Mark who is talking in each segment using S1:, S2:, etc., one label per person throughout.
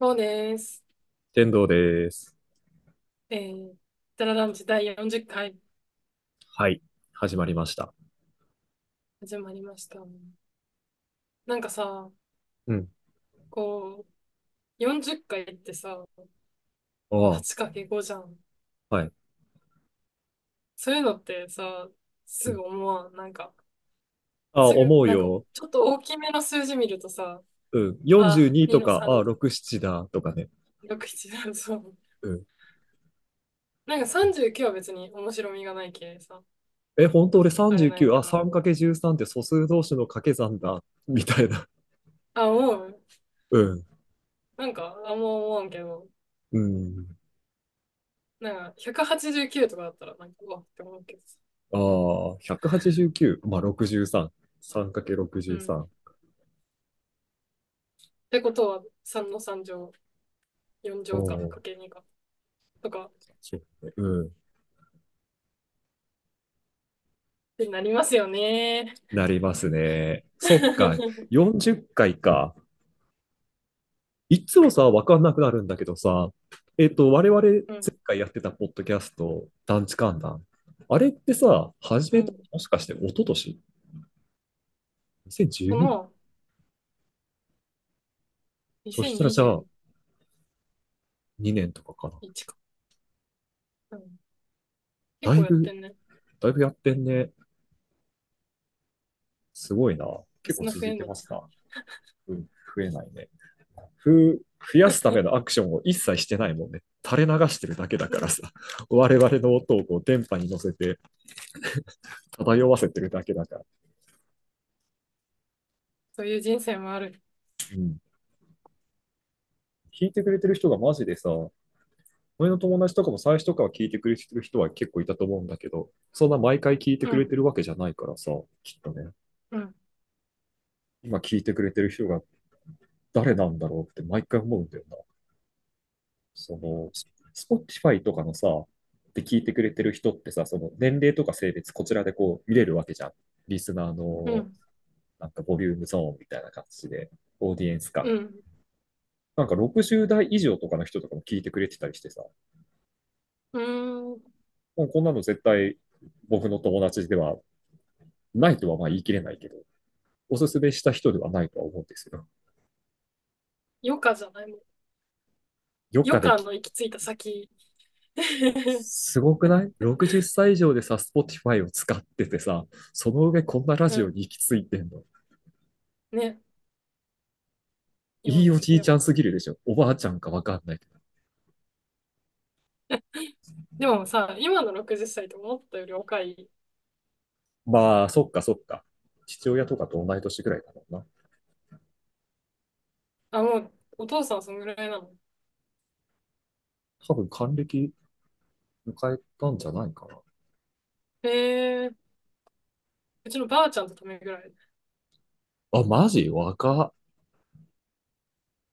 S1: そうです。
S2: 天童です。
S1: えー、ダラランチ第40回
S2: はい、始まりました。
S1: 始まりました。なんかさ、
S2: うん。
S1: こう、40回ってさ、
S2: ああ、
S1: 8×5 じゃん。
S2: はい。
S1: そういうのってさ、
S2: う
S1: す
S2: ん。
S1: ぐ思わん。なんか、
S2: ああ、
S1: すぐ、
S2: 思う
S1: なんか、
S2: よ。
S1: ちょっと大きめの数字見るとさ、
S2: うん。
S1: あ、
S2: 42
S1: 2
S2: と
S1: の
S2: か、ああ、
S1: 3、
S2: 6、7だとかね。
S1: 6、1だ、そう。
S2: うん。
S1: なんか39は別に面白みがないけさ、
S2: え、本当俺
S1: あれない
S2: 39、
S1: け
S2: あ、
S1: ど。
S2: 3×13 って素数同士の掛け算 だ、みたいな。
S1: あ、思う。
S2: うん。
S1: なんか、あんま思わんけど、
S2: うん。
S1: なんか、189とかだったら、なんか、うわって思うけどさ。
S2: ああ、189、まあ63。
S1: うん。っ
S2: 3×63。
S1: てことは、3の3乗、4乗か、
S2: おお、
S1: かけ2か、とか、っ
S2: そうね。うん。
S1: てなりますよね。
S2: なりますね。そっか、40回か。いつもさ、わかんなくなるんだけどさ、えっと、我々前
S1: うん、
S2: 回やってたポッドキャスト、団地観覧。あれってさ、始
S1: う
S2: めた
S1: ん。
S2: もしかして一昨年
S1: こ
S2: ?2012?
S1: の、
S2: そしたらじゃあ、
S1: 2021
S2: 2年とかかな。
S1: か。うん。結
S2: だい
S1: 構やっ
S2: ぶ、
S1: てんね。
S2: だいぶやってんね。すごいな。
S1: リ
S2: 結
S1: ス
S2: 構
S1: ナー増
S2: 続い
S1: えん
S2: て
S1: の
S2: ま
S1: に
S2: すな。うん、増えないね。ふ、増やすためのアクションを一切してないもんね。垂れ流してるだけだからさ。我々の音をこう電波に乗せて漂わせてるだけだから。
S1: そういう人生もある。
S2: うん。聞いてくれてる人がマジでさ、俺の友達とかも最初とかは聞いてくれてる人は結構いたと思うんだけど、そんな毎回聞いて
S1: う
S2: くれ
S1: ん、
S2: てるわけじゃないからさ、きっとね、
S1: うん。
S2: 今聞いてくれてる人が誰なんだろうって毎回思うんだよな。その、ス Spotify とかのさ、で聞いてくれてる人ってさ、その年齢とか性別、こちらでこう見れるわけじゃん。リスナー
S1: う
S2: の
S1: ん、
S2: なんかボリュームゾーンみたいな感じで、オーディエンスか。
S1: うん。
S2: なんか60代以上とかの人とかも聞いてくれてたりしてさ、
S1: うーん、
S2: もうこんなの絶対僕の友達ではないとはまあ言い切れないけど、おすすめした人ではないとは思うんですよ。
S1: 余暇じゃないもん。
S2: 余
S1: 余
S2: 暇で
S1: 暇
S2: き、
S1: の行き着いた先。
S2: すごくない ?60 歳以上でさ、Spotify を使っててさ、その上こんなラ
S1: う
S2: ジオ
S1: ん。
S2: に行き着いてんの。
S1: ね、今
S2: いい
S1: の
S2: お
S1: 時
S2: じい
S1: 代
S2: ちゃ
S1: は。
S2: んすぎるでしょ。おばあちゃんかわかんないけど。
S1: でもさ、今の60歳って思ったより若い。
S2: まあ、そっかそっか。父親とかと同い年ぐらいだもんな。
S1: あ、もう、お父さんそんぐらいなの。
S2: 多分還暦迎えたんじゃないかな。
S1: えー、うちのばあちゃんとためぐらい。
S2: あ、マジ若っ。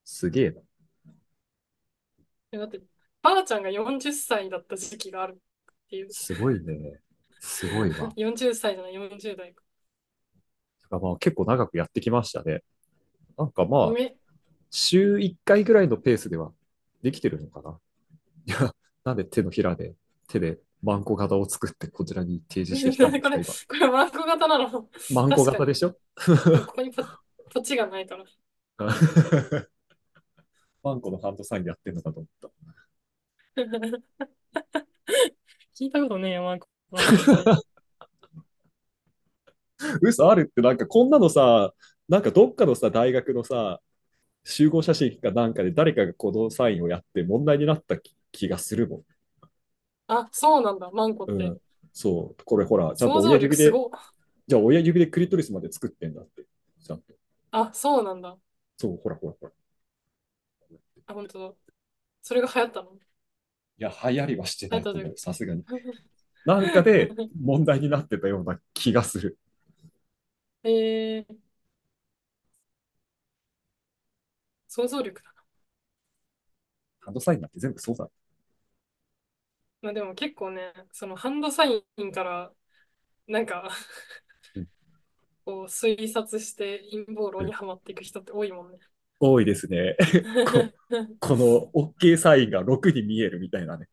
S2: すげえな。
S1: えだって、ばあちゃんが40歳だった時期があるっていう。
S2: すごいね。すごいわ。
S1: 40歳じゃない、40代か。
S2: あまあ、結構長くやってきましたね。なんかまあ、
S1: め、
S2: 週1回ぐらいのペースではできてるのかな。いや、なんで手のひらで、手でマンコ型を作ってこちらに提示してきた
S1: なんん
S2: で
S1: です こ
S2: か、
S1: れ、
S2: 今。
S1: これマンコ型なの
S2: マンコ
S1: 確か
S2: 型で
S1: に。
S2: しょ
S1: でも、こ こにポ、ポチがないから。
S2: マンコのハンドサインやってんのかと思っ
S1: 聞いたことねえよ、マンコ型って。
S2: た。嘘あるってなんかこんなのさ、なんかどっかのさ、大学のさ、集合写真かなんかで誰かがこのサインをやって問題になった気気がするもん。
S1: あ、そうなんだ、マンコっ
S2: う
S1: て。
S2: ん。そう。これほら、ちゃんと
S1: 想像
S2: 親
S1: 力
S2: 指
S1: す
S2: で、
S1: ごっ。
S2: じゃあ親指でクリトリスまで作ってんだって。ちゃんと。
S1: あ、そうなんだ。
S2: そう、ほらほらほら。
S1: あ、本当だ。それが流行ったの流
S2: いや、流行りはして
S1: 行
S2: な
S1: っ
S2: い
S1: た
S2: と
S1: という
S2: 思うよ、さすがに。なんかで
S1: か。
S2: 問題になってたような気がする。
S1: えー、想像力だな。
S2: ハンドサインなんて全部そうだ。
S1: まあでも結構ね、そのハンドサインからなんか
S2: うん
S1: こう推察して陰謀
S2: う
S1: 論に
S2: ん
S1: はまっていく人って多いもんね。
S2: 多いですね。こ、この OK サインが6に見えるみたいなね。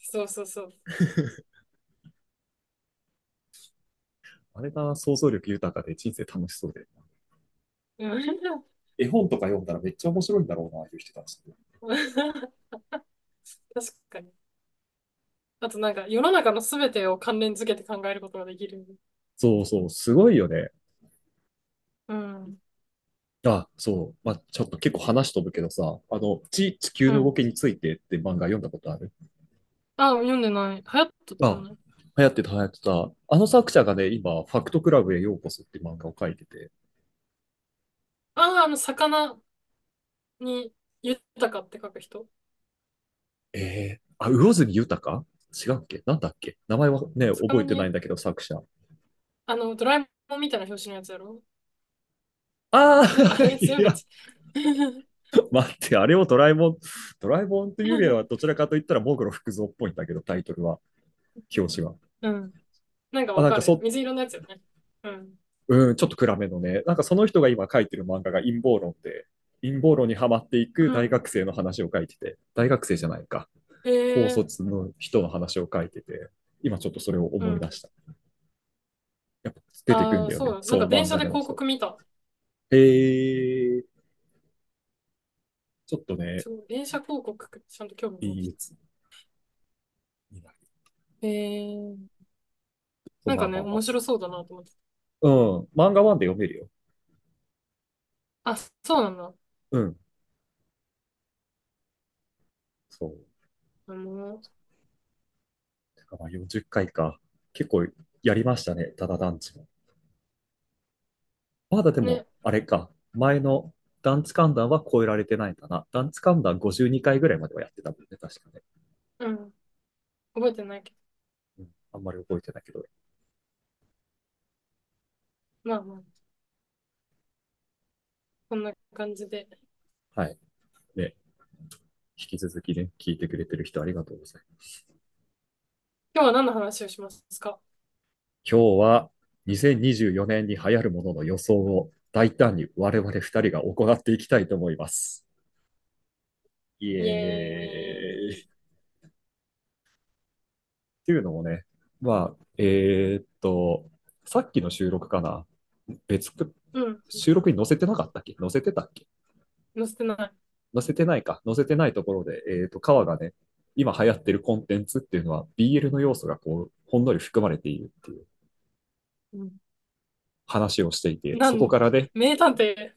S1: そうそうそう。
S2: あれが想像力豊かで人生楽しそうで。
S1: うん
S2: 絵本とか読んだらめっちゃ面白いんだろうな、ああいう人たちって。
S1: 確かに。あとなんか世の中の全てを関連付けて考えることができる。
S2: そうそう、すごいよね。
S1: うん。
S2: あ、そう。まあ、ちょっと結構話飛ぶけどさ、あの、地、地球
S1: う
S2: の動
S1: ん。
S2: きについてって漫画読んだことある
S1: あ、読んでない。流行ったと
S2: あ、
S1: 思う。
S2: 流行ってた、流行ってた。あの作者がね、今、ファクトクラブへようこそって漫画を書いてて。
S1: ああ、あの、魚に豊かって書く人。
S2: えー、あ、魚住豊か違うっけなんだっけ名前はね、覚
S1: 魚
S2: えてないん
S1: に、
S2: だけど、作者。
S1: あの、ドラえもんみたいな表紙のやつやろ。
S2: あ
S1: あ
S2: あ、
S1: れ、
S2: い
S1: それめっ
S2: や、
S1: ちゃ。
S2: 待って、あれをドラえもん、ドラえもんというよりは、どちらかといったら、喪黒福造っぽいんだけど、タイトルは、表紙は。
S1: うん。なんか
S2: あ、
S1: わ
S2: なん
S1: か
S2: か
S1: る。
S2: そ、
S1: 水色のやつよね。うん。
S2: うん、ちょっと暗めのね。なんかその人が今書いてる漫画が陰謀論で、陰謀論にはまっていく
S1: う
S2: 大
S1: ん。
S2: 学生の話を書いてて、大学生じゃないか。高
S1: へえ。
S2: 卒の人の話を書いてて、今ちょっとそれを
S1: う
S2: 思い出
S1: ん。
S2: した。やっぱ出てくるん
S1: ああ、
S2: だよ
S1: そうだ。な
S2: ね。
S1: ん
S2: そ
S1: か
S2: う、
S1: 電
S2: 漫
S1: 車
S2: 画
S1: で
S2: でも
S1: 広
S2: そう。
S1: 告見た。
S2: へえ、ちょっとね、
S1: そう、電車広告、ちゃんと興味持っ
S2: い
S1: て
S2: いや
S1: た。
S2: つになる。
S1: へえ。
S2: そう
S1: なん
S2: ま
S1: か
S2: あ
S1: ね、
S2: まあま
S1: 面白そうだなと思って。
S2: あ。うん、漫画ワンで読めるよ。
S1: あ、そうなんだ。
S2: うん、そう。
S1: あの、
S2: だから40回か。結構やりましたね、ただ団地も。まだでも、
S1: ね、
S2: あれか、前の団地観覧は超えられてないかな。団地観覧52回ぐらいまではやってたもんね、確かね。
S1: うん、覚えてないけ
S2: うん、あんまり覚えてないけど。
S1: ど、まあまあ、こんな感じで。
S2: はい。ね、引き続きね、聞いてくれてる人ありがとうございます。
S1: 今日は何の話をしますか
S2: 今日は2024年に流行るものの予想を大胆に我々2人が行っていきたいと思います。イ
S1: イ
S2: エ
S1: エ
S2: ーイ。っていうのもね、まあ、えーっと、さっきの収録かな。別く、
S1: ーイ。うん、
S2: 収録に載せてなかったっけ載せてたっけ
S1: 載せてない。
S2: 載せてないか、載せてないところで、えーと、川がね、今流行ってるコンテンツっていうのは BL の要素がこう、ほんのり含まれているっていう
S1: うん、
S2: 話をしていて、
S1: な
S2: そこ
S1: ん、
S2: からね、
S1: 名探偵。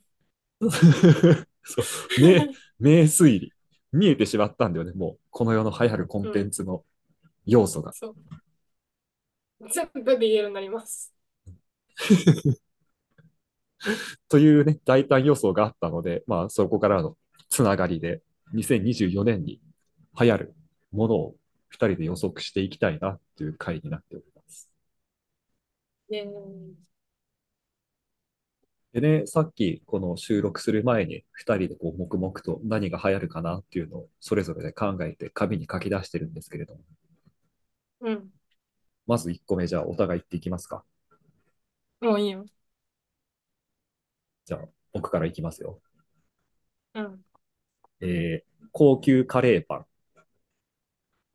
S2: そう、名、名推理、見えてしまったんだよね、もう、この世の流行るコン
S1: う
S2: テン
S1: ん、
S2: ツの要素 が。
S1: そう。全部 BL になります。
S2: というね、大胆予想があったので、まあ、そこからのつながりで、2024年に流行るものを2人で予測していきたいなという回になっております。
S1: イエーイ。
S2: でね、さっきこの収録する前に2人でこう黙々と何が流行るかなっていうのをそれぞれで考えて紙に書き出してるんですけれども、
S1: うん、
S2: まず1個目じゃあお互い言っていきますか。
S1: もういいよ。
S2: じゃあ僕からいきますよ。
S1: うん。
S2: えー、高級カレーパン。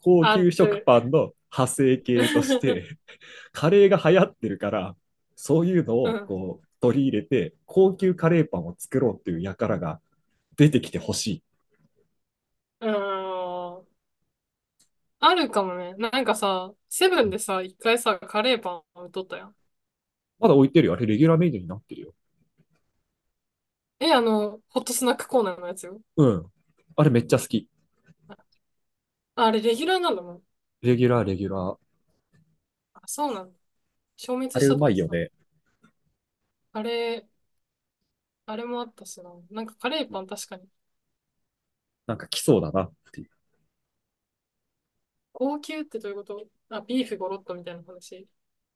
S2: 高
S1: あ
S2: 級
S1: っ
S2: 食
S1: て。
S2: パンの派生系として カレーが流行ってるから、そういうの
S1: う
S2: を
S1: ん、
S2: こう取り入れて高級カレーパンを作ろうっていう輩が出てきてほしい。
S1: うん。あるかもね。なんかさ、セブンでさ、一回さ、カレーパン売っとったやん。
S2: まだ置いてるよ。あれレギュラーメニューになってるよ。
S1: え、あの、ホットスナックコーナーのやつよ。
S2: うん。あれめっちゃ好き。
S1: あれ、レギュラーなんだもん。
S2: レギュラー、レギュラー。
S1: あ、そうなんだ。消滅
S2: あ
S1: し
S2: れ
S1: た
S2: う
S1: と
S2: まい
S1: 思っ
S2: よ
S1: てた。
S2: ね。
S1: あれ、あれもあったしな。なんかカレーパン確かに。
S2: なんか来そうだなっていう。
S1: 高級ってどういうことあ、ビーフゴロッとみたいな話。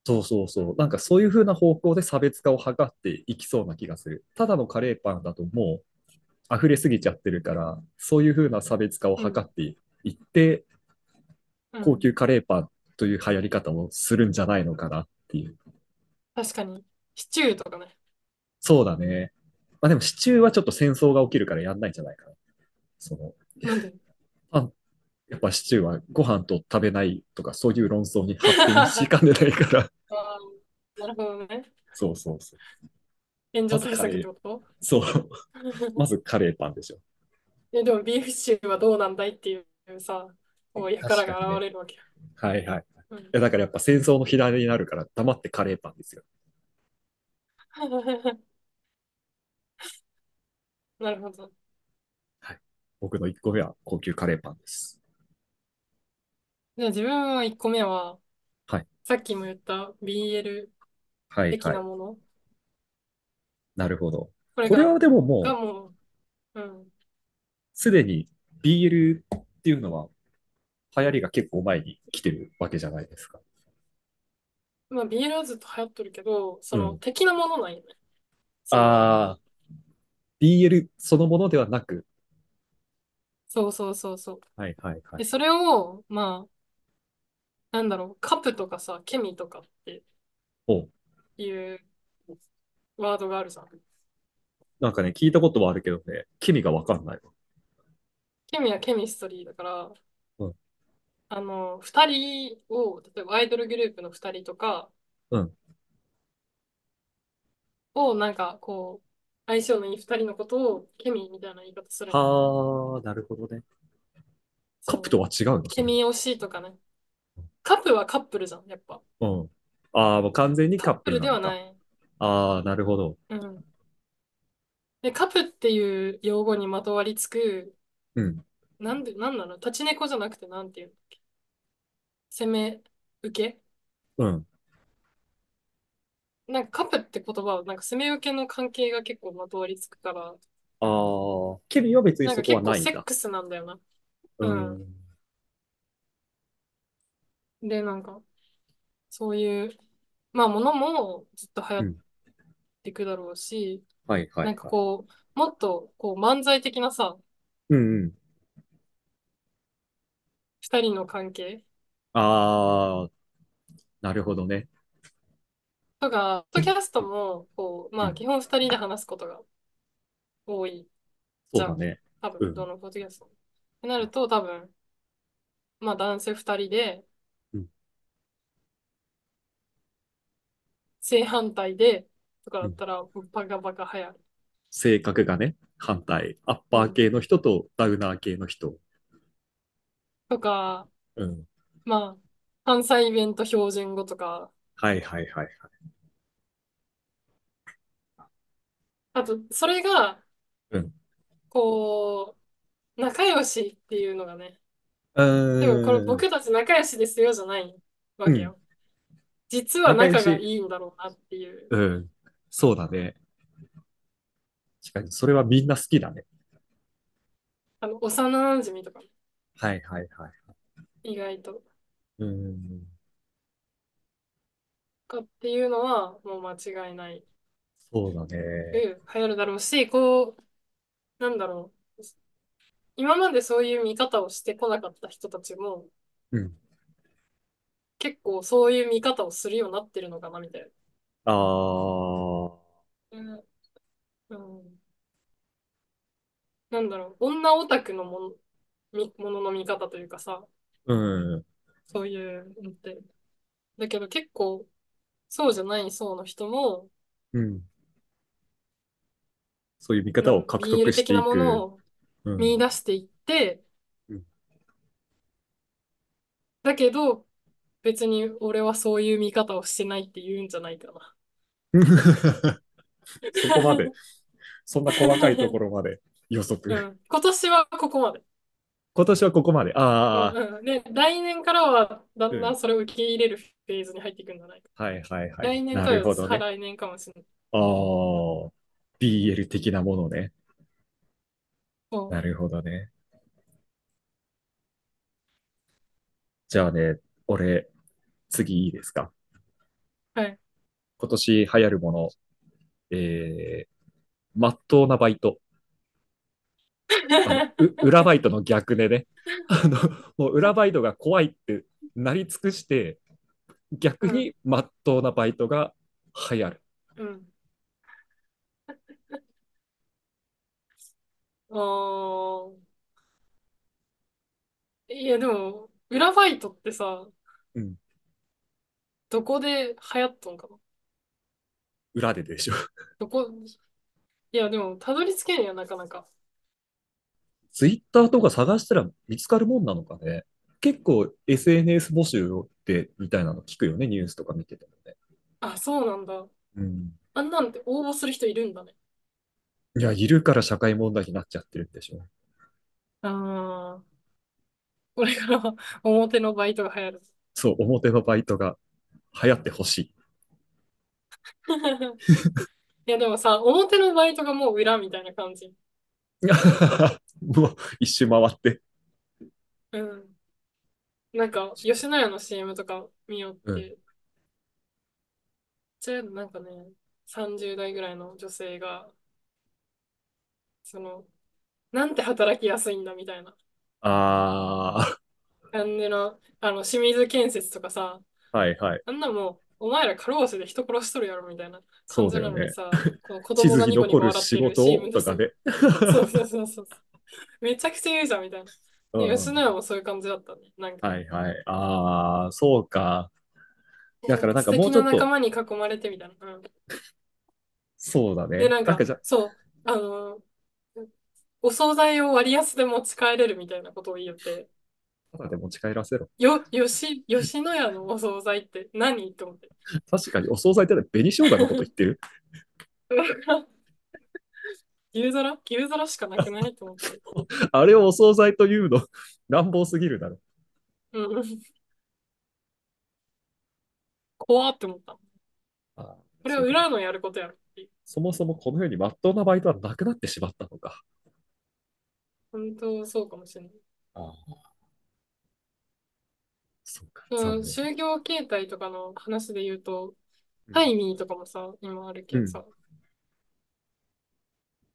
S2: そうそうそう。なんかそういう風な方向で差別化を図っていきそうな気がする。ただのカレーパンだともう溢れすぎちゃってるから、そういう風な差別化を
S1: う
S2: 図
S1: ん、
S2: っていって、
S1: う
S2: 高
S1: ん。
S2: 級カレーパンという流行り方をするんじゃないのかなっていう。
S1: 確かに。シチューとかね。
S2: そうだね。まあでもシチューはちょっと戦争が起きるからやんないんじゃないかな。その、
S1: なんで
S2: パン、やっぱシチューはご飯と食べないとかそういう論争に発展しかねないから。
S1: あーなるほどね。
S2: そうそうそう。
S1: 炎
S2: ま
S1: 上対
S2: ずカ
S1: 策って
S2: レー、
S1: こ
S2: そう。ま
S1: と
S2: ずカレーパンでしょ。
S1: え、でもビーフシチューはどうなんだいっていうさ、こう、やか
S2: 確
S1: ら
S2: かに
S1: が現
S2: ね。
S1: れるわけよ。
S2: はいはい。
S1: う
S2: いや
S1: ん。
S2: だからやっぱ戦争の火種になるから黙ってカレーパンですよ。
S1: なるほど。
S2: はい。僕の1個目は高級カレーパンです。
S1: じゃあ自分は1個目は、
S2: はい。
S1: さっきも言った BL
S2: はい
S1: 的
S2: は。
S1: ないもの。
S2: なるほど。
S1: これ
S2: これ
S1: が、
S2: はでも
S1: が
S2: もう、
S1: もう、うん。
S2: すでに BL っていうのは流行りが結構前に来てるわけじゃないですか。
S1: まあ BL はずっと流行ってるけど、そうの、
S2: ん。
S1: 的なものなんよね。その、
S2: ああ、BL そのものではなく、
S1: そうそうそうそう。
S2: はいはいは
S1: で、
S2: い。
S1: それを、まあ、なんだろう、カプとかさ、ケミとかって
S2: お、
S1: いうワードがあるじゃん。
S2: なんかね、聞いたことはあるけどね、ケミがわかんないわ。
S1: ケミはケミストリーだから、
S2: うん、
S1: あの、二人を、例えばアイドルグループの二人とか
S2: うん、
S1: を、なんかこう、相性のいい二人のことをケミみたいな言い方するの。
S2: はあ、なるほどね。カップと
S1: そ
S2: は違う
S1: う。
S2: の、
S1: ケ
S2: それは。
S1: ミ推しとかね。カップはカップルじゃん、やっぱ。
S2: うん。ああ、もう完全に
S1: カ
S2: カッ
S1: ッ
S2: プ
S1: プ
S2: ル
S1: ル
S2: な
S1: で
S2: の
S1: は
S2: か。
S1: ない。
S2: ああ、なるほど。
S1: うん。で、カップっていう用語にまとわりつく、
S2: うん。
S1: なんで、なんなの立ち猫じゃなくてなんていうの攻め、受け
S2: うん。
S1: なんかカップって言葉は、なんか攻め受けの関係が結構まとわりつくから、
S2: ああ、ケミは別に
S1: なん
S2: そ
S1: か
S2: こ
S1: 結構
S2: はないん
S1: セッ
S2: だ。
S1: クスなんだよな。
S2: う
S1: うん。
S2: ん。
S1: で、なんか、そういう、まあ、ものもずっと流行
S2: う
S1: っ
S2: ん。
S1: ていくだろうし、
S2: はいは
S1: ないんか
S2: はい。
S1: こう、もっと、こう、漫才的なさ、
S2: うんうん。
S1: 二人の関係
S2: ああ、なるほどね。
S1: とか、ポッドキャストも、こう、
S2: う
S1: まあ、
S2: ん。
S1: 基本二人で話すことが多い
S2: そ
S1: じ
S2: う
S1: ゃ
S2: だ
S1: ん。
S2: ね。
S1: 多
S2: う
S1: 分、ど
S2: ん。
S1: のポッドキャストもってなると、多分、まあ、男性二人で、
S2: うん
S1: 正反対で、とか
S2: う
S1: だっ
S2: ん
S1: たら、バカバカ流行る。
S2: 性格がね、反対。アッ
S1: う
S2: パー
S1: ん。
S2: 系の人とダウナー系の人。
S1: とか、
S2: うん。
S1: まあ、関西弁と標準語とか、
S2: はいはいはいはい。
S1: あと、それが、
S2: うん。
S1: こう、仲良しっていうのがね、
S2: う
S1: でもこれ
S2: ーん。
S1: 僕たち仲良しですよじゃないうわけ
S2: ん。
S1: よ。実は
S2: 仲良
S1: 仲がい
S2: し。
S1: いんだろうなっていう。
S2: うん。そうだね。確かに、それはみんな好きだね。
S1: あの、幼馴染とかも
S2: はいはいはい。
S1: 意外と。
S2: うーん。
S1: かっていうのは、もう間違いない。
S2: そうだ
S1: う
S2: ね。
S1: ん流行るだろうし、こう、なんだろう。今までそういう見方をしてこなかった人たちも、
S2: うん。
S1: 結構そういう見方をするようになってるのかな、みたい
S2: あー。
S1: な。うん。うんなんだろう。女オタクのもの、み、ものの見方というかさ、
S2: うん。
S1: そういうのって。だけど結構、そうじゃない層の人も、
S2: うん。そういう見
S1: う
S2: 方を
S1: ん、
S2: 獲得
S1: BL
S2: し
S1: 的
S2: て
S1: ないも
S2: く。
S1: のを
S2: う
S1: 見
S2: ん。
S1: 出していって、
S2: うん
S1: だけど、別に俺はそういう見方をしてないって言うんじゃないかな。
S2: そこまで、そんな細かいところまで予測。
S1: うん、今年はここまで。
S2: 今年はここまで。
S1: う
S2: ああ、
S1: んうん、で、来年からはだ
S2: うん
S1: だ
S2: ん。
S1: んそれを受け入れるフェーズに入っていくんじゃないか。
S2: はいはいはい。
S1: 来年
S2: な
S1: か
S2: る
S1: よ、
S2: ほど
S1: 再
S2: ね。
S1: 来年かもしれない。
S2: ああ、BL 的なものね。
S1: そ
S2: な
S1: う。
S2: るほどね。じゃあね、俺、次いいですか。
S1: はい。
S2: 今年流行るもの、えー、まっとうなバイト。あの、う、 裏バイトの逆でね。あの、もう裏バイトが怖いってなり尽くして、逆
S1: うん、
S2: に まっとうなバイトが流行る。
S1: うん。あーいや、でも、裏バイトってさ、
S2: うん。
S1: どこで流行っとんかな
S2: 裏ででしょ。
S1: どこ、いや、でも、たどり着けんや、なかなか。
S2: ツイッターとか探したら見つかるもんなのかね。結構 SNS 募集ってみたいなの聞くよね、ニュースとか見ててもね。
S1: あ、そうなんだ。
S2: うん。
S1: あんなんて応募する人いるんだね。
S2: いや、いるから社会問題になっちゃってるんでしょ。
S1: ああ、これからは表のバイトが流行る。
S2: そう、表のバイトが流行ってほしい。
S1: いや、でもさ、表のバイトがもう裏みたいな感じ。
S2: もう一周回って。
S1: うん。なんか、吉野家の CM とか見よっ
S2: うん。
S1: て、ちょ、なんかね、30代ぐらいの女性が、その、なんて働きやすいんだみたいな
S2: あ
S1: 感じの、あの、清水建設とかさ、
S2: ー、はいはい。
S1: あんなもう、お前ら過労死で人殺しとるやろみたいな感
S2: そう
S1: じ
S2: だよ
S1: なのに
S2: ね。
S1: さ、この子
S2: 地
S1: 供
S2: 図
S1: が
S2: に
S1: ニコニ
S2: 残
S1: コ
S2: る
S1: 笑っ
S2: 仕
S1: てる
S2: 事
S1: CM で
S2: とか
S1: さ、
S2: ね。
S1: そうそうそうそう。めちゃくちゃ言うじゃんみたいな。
S2: う
S1: で、
S2: ん。
S1: 吉野家もそういう感じだったね。なんか、
S2: はいはい。あー、そうか。だ
S1: な
S2: か
S1: ん
S2: ら
S1: か素
S2: なんかも
S1: 敵
S2: うちょ
S1: な
S2: っ
S1: 仲
S2: と、
S1: 間に囲まれてみたいな。うん、
S2: そうだ
S1: で、な
S2: ね。
S1: ん
S2: なんか
S1: か、
S2: じゃあ、
S1: そう、あの、お惣菜を割安で持ち帰れるみたいなことを言って、
S2: ただで持ち帰らせろ。
S1: よ、よし、吉野家のお惣菜って何って思って。
S2: 確かにお惣菜ってのは紅生姜のこと言ってる。
S1: 牛皿牛皿しかなくないって思って。
S2: あれをお惣菜というの、 乱暴すぎるだろ。
S1: うんうん。怖って思った。
S2: あー
S1: これ
S2: そ
S1: は
S2: うか。
S1: 裏のやることやろっていう。
S2: そもそもこの世に真っ当なバイトはなくなってしまったのか。
S1: 本当そうかもしれない。
S2: ああ、そうか、
S1: う
S2: 残
S1: ん、
S2: 念。
S1: 就業形態とかの話で言うと、
S2: う
S1: タ
S2: ん。
S1: イミーとかもさ、今ある
S2: う
S1: けど
S2: ん。
S1: さ、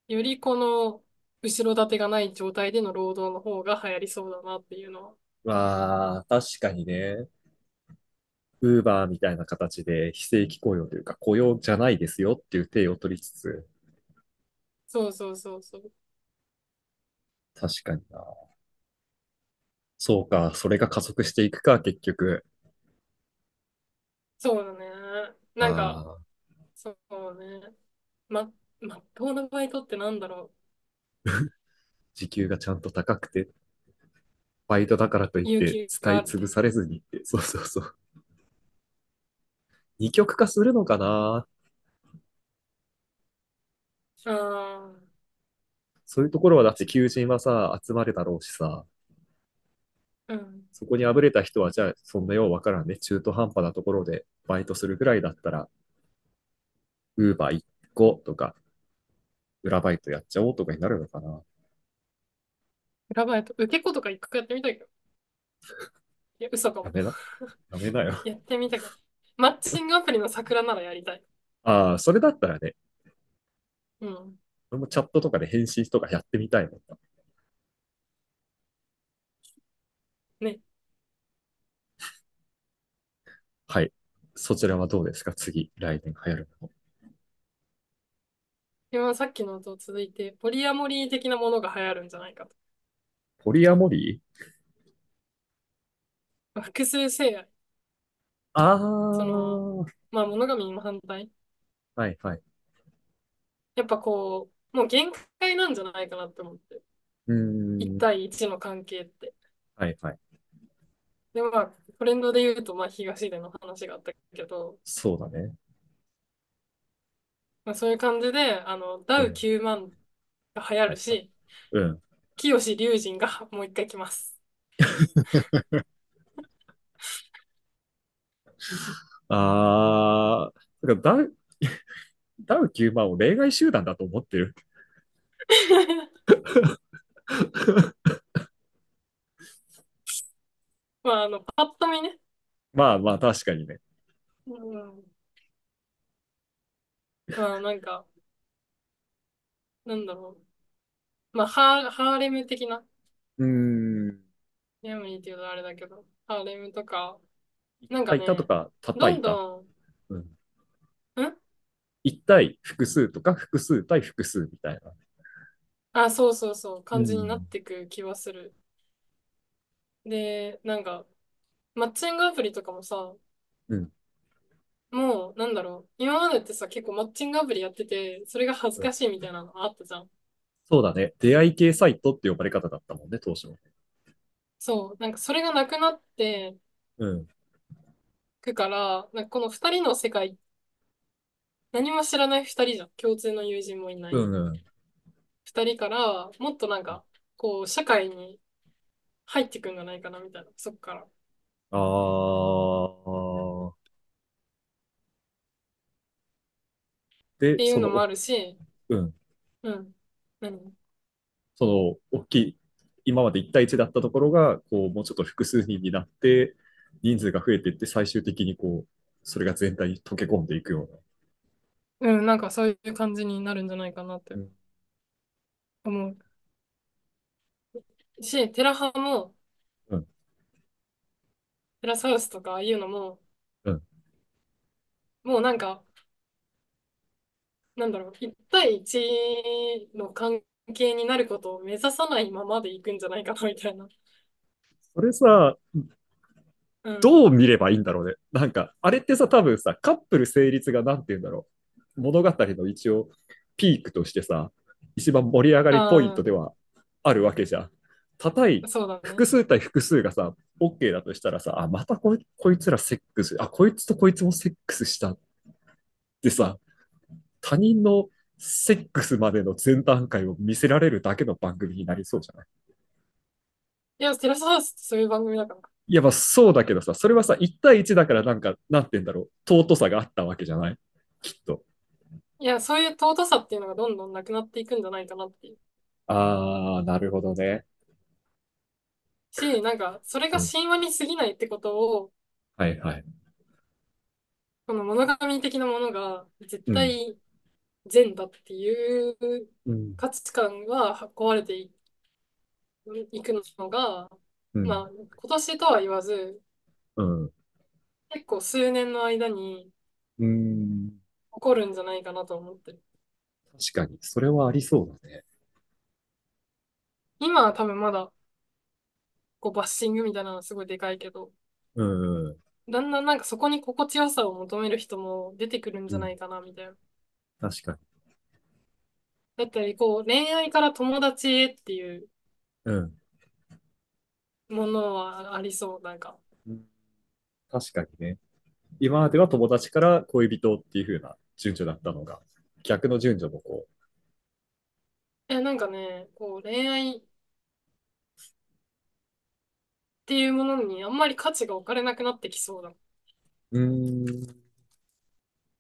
S1: よりこの後ろ盾がない状態での労働の方が流行りそうだなっていうのは。
S2: まあ、確かにね。ウーバーみたいな形で非正規雇用というか雇用じゃないですよっていう体を取りつつ、
S1: そうそうそうそう。
S2: 確かにな。そうか、それが加速していくか、結局。
S1: そうだね。なんか、
S2: ああ、
S1: そうね。ま、まっとうなバイトってなんだろ。
S2: 時給がちゃんと高くて、バイトだからというっ
S1: 勇
S2: て
S1: 気
S2: 使
S1: が
S2: い
S1: ある
S2: 潰
S1: と。
S2: されずにって、そうそうそう。二極化するのかな。
S1: ああ、
S2: そういうところはだって求人はさ、集まるだろうしさ、
S1: うん。
S2: そこにあぶれた人はじゃあそんなようわからんね、中途半端なところでバイトするぐらいだったら、ウーバー1個とか、裏バイトやっちゃおうとかになるのかな。
S1: 裏バイト、受け子とか一回やってみたいけど。いや、嘘か
S2: や
S1: も。
S2: めな、やめなよ。
S1: やってみたけど。マッチングアプリの桜ならやりたい。
S2: ああ、それだったらね、
S1: うん。
S2: 俺もチャットとかで返信とかやってみたいもんな。
S1: ね。
S2: はい。そちらはどうですか次、来年流行るの。
S1: 今さっきのと続いて、ポリアモリー的なものが流行るんじゃないかと。
S2: ポリアモリー
S1: 複数性愛。
S2: ああ
S1: その、
S2: ー、
S1: まあ、物神も反対。
S2: はいはい。
S1: やっぱこう、もう限界なんじゃないかなって思って。
S2: う
S1: 1
S2: ーん、
S1: 対1の関係って。
S2: はいはい。
S1: で、まあ、トレンドで言うと、まあ、東出の話があったけど、
S2: そうだね。
S1: まあ、そういう感じで、あの、
S2: う
S1: ダウ
S2: ん、
S1: 9万が流行る
S2: はいはい。
S1: し、
S2: うん。
S1: 清志隆人がもう一回来ます。
S2: ああ、だからダウ、 ダウ9万を例外集団だと思ってる。
S1: まあ、あの、パッと見ね。
S2: まあまあ、確かにね。
S1: うん。 まあ、なんか、なんだろう。まあ、ハー、ハーレム的な。
S2: うーん。
S1: ヤムニっていうとあれだけど、ハーレムとか、
S2: 一
S1: なんか
S2: 対多と
S1: ね、
S2: か多
S1: ど
S2: 対
S1: ん
S2: 多。
S1: ど
S2: うん。
S1: ん、ん
S2: 一対複数とか複数対複数みたいな。
S1: あ、そうそうそう、
S2: う。
S1: 感じになんってく気はする。で、なんか、マッチングアプリとかもさ、
S2: うん。
S1: もう、なんだろう。今までってさ、結構マッチングアプリやってて、それが恥ず
S2: うん
S1: かしいみたいなのあったじゃん。
S2: そうだね。出会い系サイトって呼ばれ方だったもんね、当初は。
S1: そう。なんかそれがなくなって
S2: うん。
S1: くから、なんかこの二人の世界、何も知らない二人じゃん。共通の友人もいな
S2: う
S1: い。
S2: んうん。
S1: 二人から、もっとなんか、こう、社会に入ってくんじゃないかな、みたいな。そっから。
S2: あー。
S1: って
S2: で、
S1: いう
S2: そ
S1: の
S2: の
S1: もあ
S2: お、
S1: るし、
S2: うん。
S1: うん。何
S2: その、大きい、今まで1対1だったところが、こう、もうちょっと複数人になって、人数が増えていって、最終的にこう、それが全体に溶け込んでいくような。
S1: うん、なんかそういう感じになるんじゃないかなっ
S2: う
S1: て
S2: ん。
S1: 思う。し、テラハも、
S2: うん。
S1: テラサウスとかああいうのも、
S2: うん。
S1: もうなんか、なんだろう、1対1の関係になることを目指さないままでいくんじゃないかな、みたいな。
S2: それさ、
S1: うん。
S2: どう見ればいいんだろうね。なんか、あれってさ、多分さ、カップル成立がなんて言うんだろう。物語の一応、ピークとしてさ、一番盛り上がりポイント
S1: あ
S2: ではあるわけじゃん。叩
S1: あ、
S2: い、
S1: そうだ
S2: 複
S1: ね。
S2: 数対複数がさ、OK だとしたらさ、あ、またこい、こいつらセックス、あ、こいつとこいつもセックスしたってさ、他人のセックスまでの前段階を見せられるだけの番組になりそうじゃない
S1: いや、テラサウスってそういう番組だから。
S2: いや、まあそうだけどさ、それはさ、1対1だからなんか、なんて言うんだろう、尊さがあったわけじゃないきっと。
S1: いや、そういう尊さっていうのがどんどんなくなっていくんじゃないかなっていう。
S2: ああ、なるほどね。
S1: し、なんか、それ
S2: う
S1: が
S2: ん。
S1: 神話に過ぎないってことを、
S2: はいはい。
S1: この物神的なものが絶
S2: うん。
S1: 対善だっていう
S2: うん。
S1: 価値観が壊れていいくのが、
S2: うん。
S1: まあ、今年とは言わず、
S2: うん。
S1: 結構数年の間に
S2: うーん。
S1: 起こるんじゃないかなと思ってる。
S2: 確かに、それはありそうだね。
S1: 今は多分まだこうバッシングみたいなのはすごいでかいけど、
S2: うん。うん
S1: だんだんなんかそこに心地よさを求める人も出てくるん
S2: う。
S1: じゃなんいかなみたいな。
S2: 確かに。
S1: だったり、こう恋愛から友達へっていう
S2: うん。
S1: ものはありそう。なんか、
S2: うん確かにね。今までは友達から恋人っていう風な順序だったのが、逆の順序もこう、
S1: え、なんかね、こう恋愛っていうものにあんまり価値が置かれなくなってきそうだ。
S2: うーん。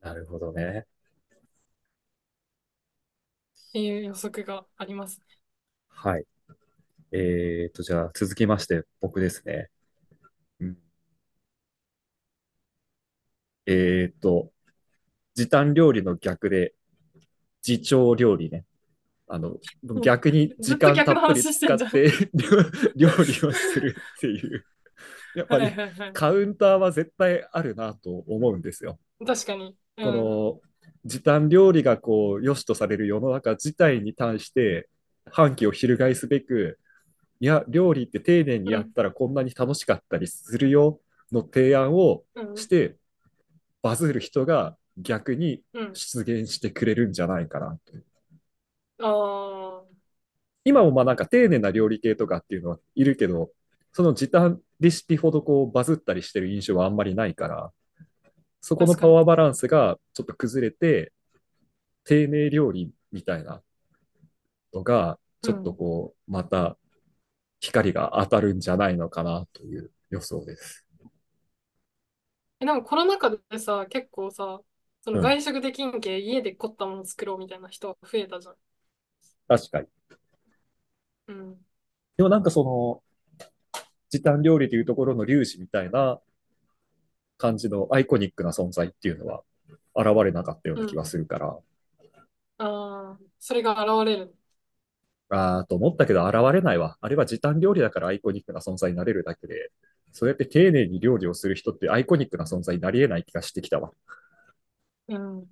S2: なるほど
S1: っ
S2: ね。
S1: ていう予測がありますね。
S2: はい。えーと、じゃあ続きまして、僕ですね。うんえーと、時短料理の逆で、時長料理ね。あの、
S1: うん
S2: 逆に
S1: ず
S2: 時
S1: っと
S2: 間た
S1: 逆の
S2: っぷり
S1: 話して
S2: 使
S1: ん
S2: っ
S1: じゃん。
S2: て 料理をするっていう、やっぱ
S1: はい
S2: り
S1: はいはい。
S2: カウンターは絶対あるなと思うんですよ。
S1: 確かに。う
S2: こ
S1: ん。
S2: の時短料理がこう良しとされる世の中自体に対して反旗を翻すべく、いや、料理って丁寧に
S1: う
S2: やっ
S1: ん。
S2: たらこんなに楽しかったりするよの提案を
S1: う
S2: し
S1: ん。
S2: て、バズる人が逆に
S1: うん。
S2: 出現してくれるんじゃないかなと。
S1: ああ。
S2: 今もまあなんか丁寧な料理系とかっていうのはいるけど、その時短レシピほどこうバズったりしてる印象はあんまりないから、そこの
S1: 確
S2: パ
S1: かに。
S2: ワーバランスがちょっと崩れて、丁寧料理みたいなのが、
S1: う
S2: ちょっと
S1: ん。
S2: こう、また光が当たるんじゃないのかなという予想です。
S1: え、でもコロナ禍でさ、結構さ、その
S2: うん。
S1: 外食できんけ、家で凝ったもの作ろうみたいな人が増えたじゃん。
S2: 確かに。
S1: うん。
S2: でもなんかその、時短料理というところの粒子みたいな感じのアイコニックな存在っていうのは現れなかったよう
S1: う
S2: な気
S1: ん。
S2: はするから、
S1: ああ、それが現れる。
S2: あーと思ったけど現れないわ。あれは時短料理だからアイコニックな存在になれるだけで、そうやって丁寧に料理をする人ってアイコニックな存在になり得ない気がしてきたわ。
S1: うん。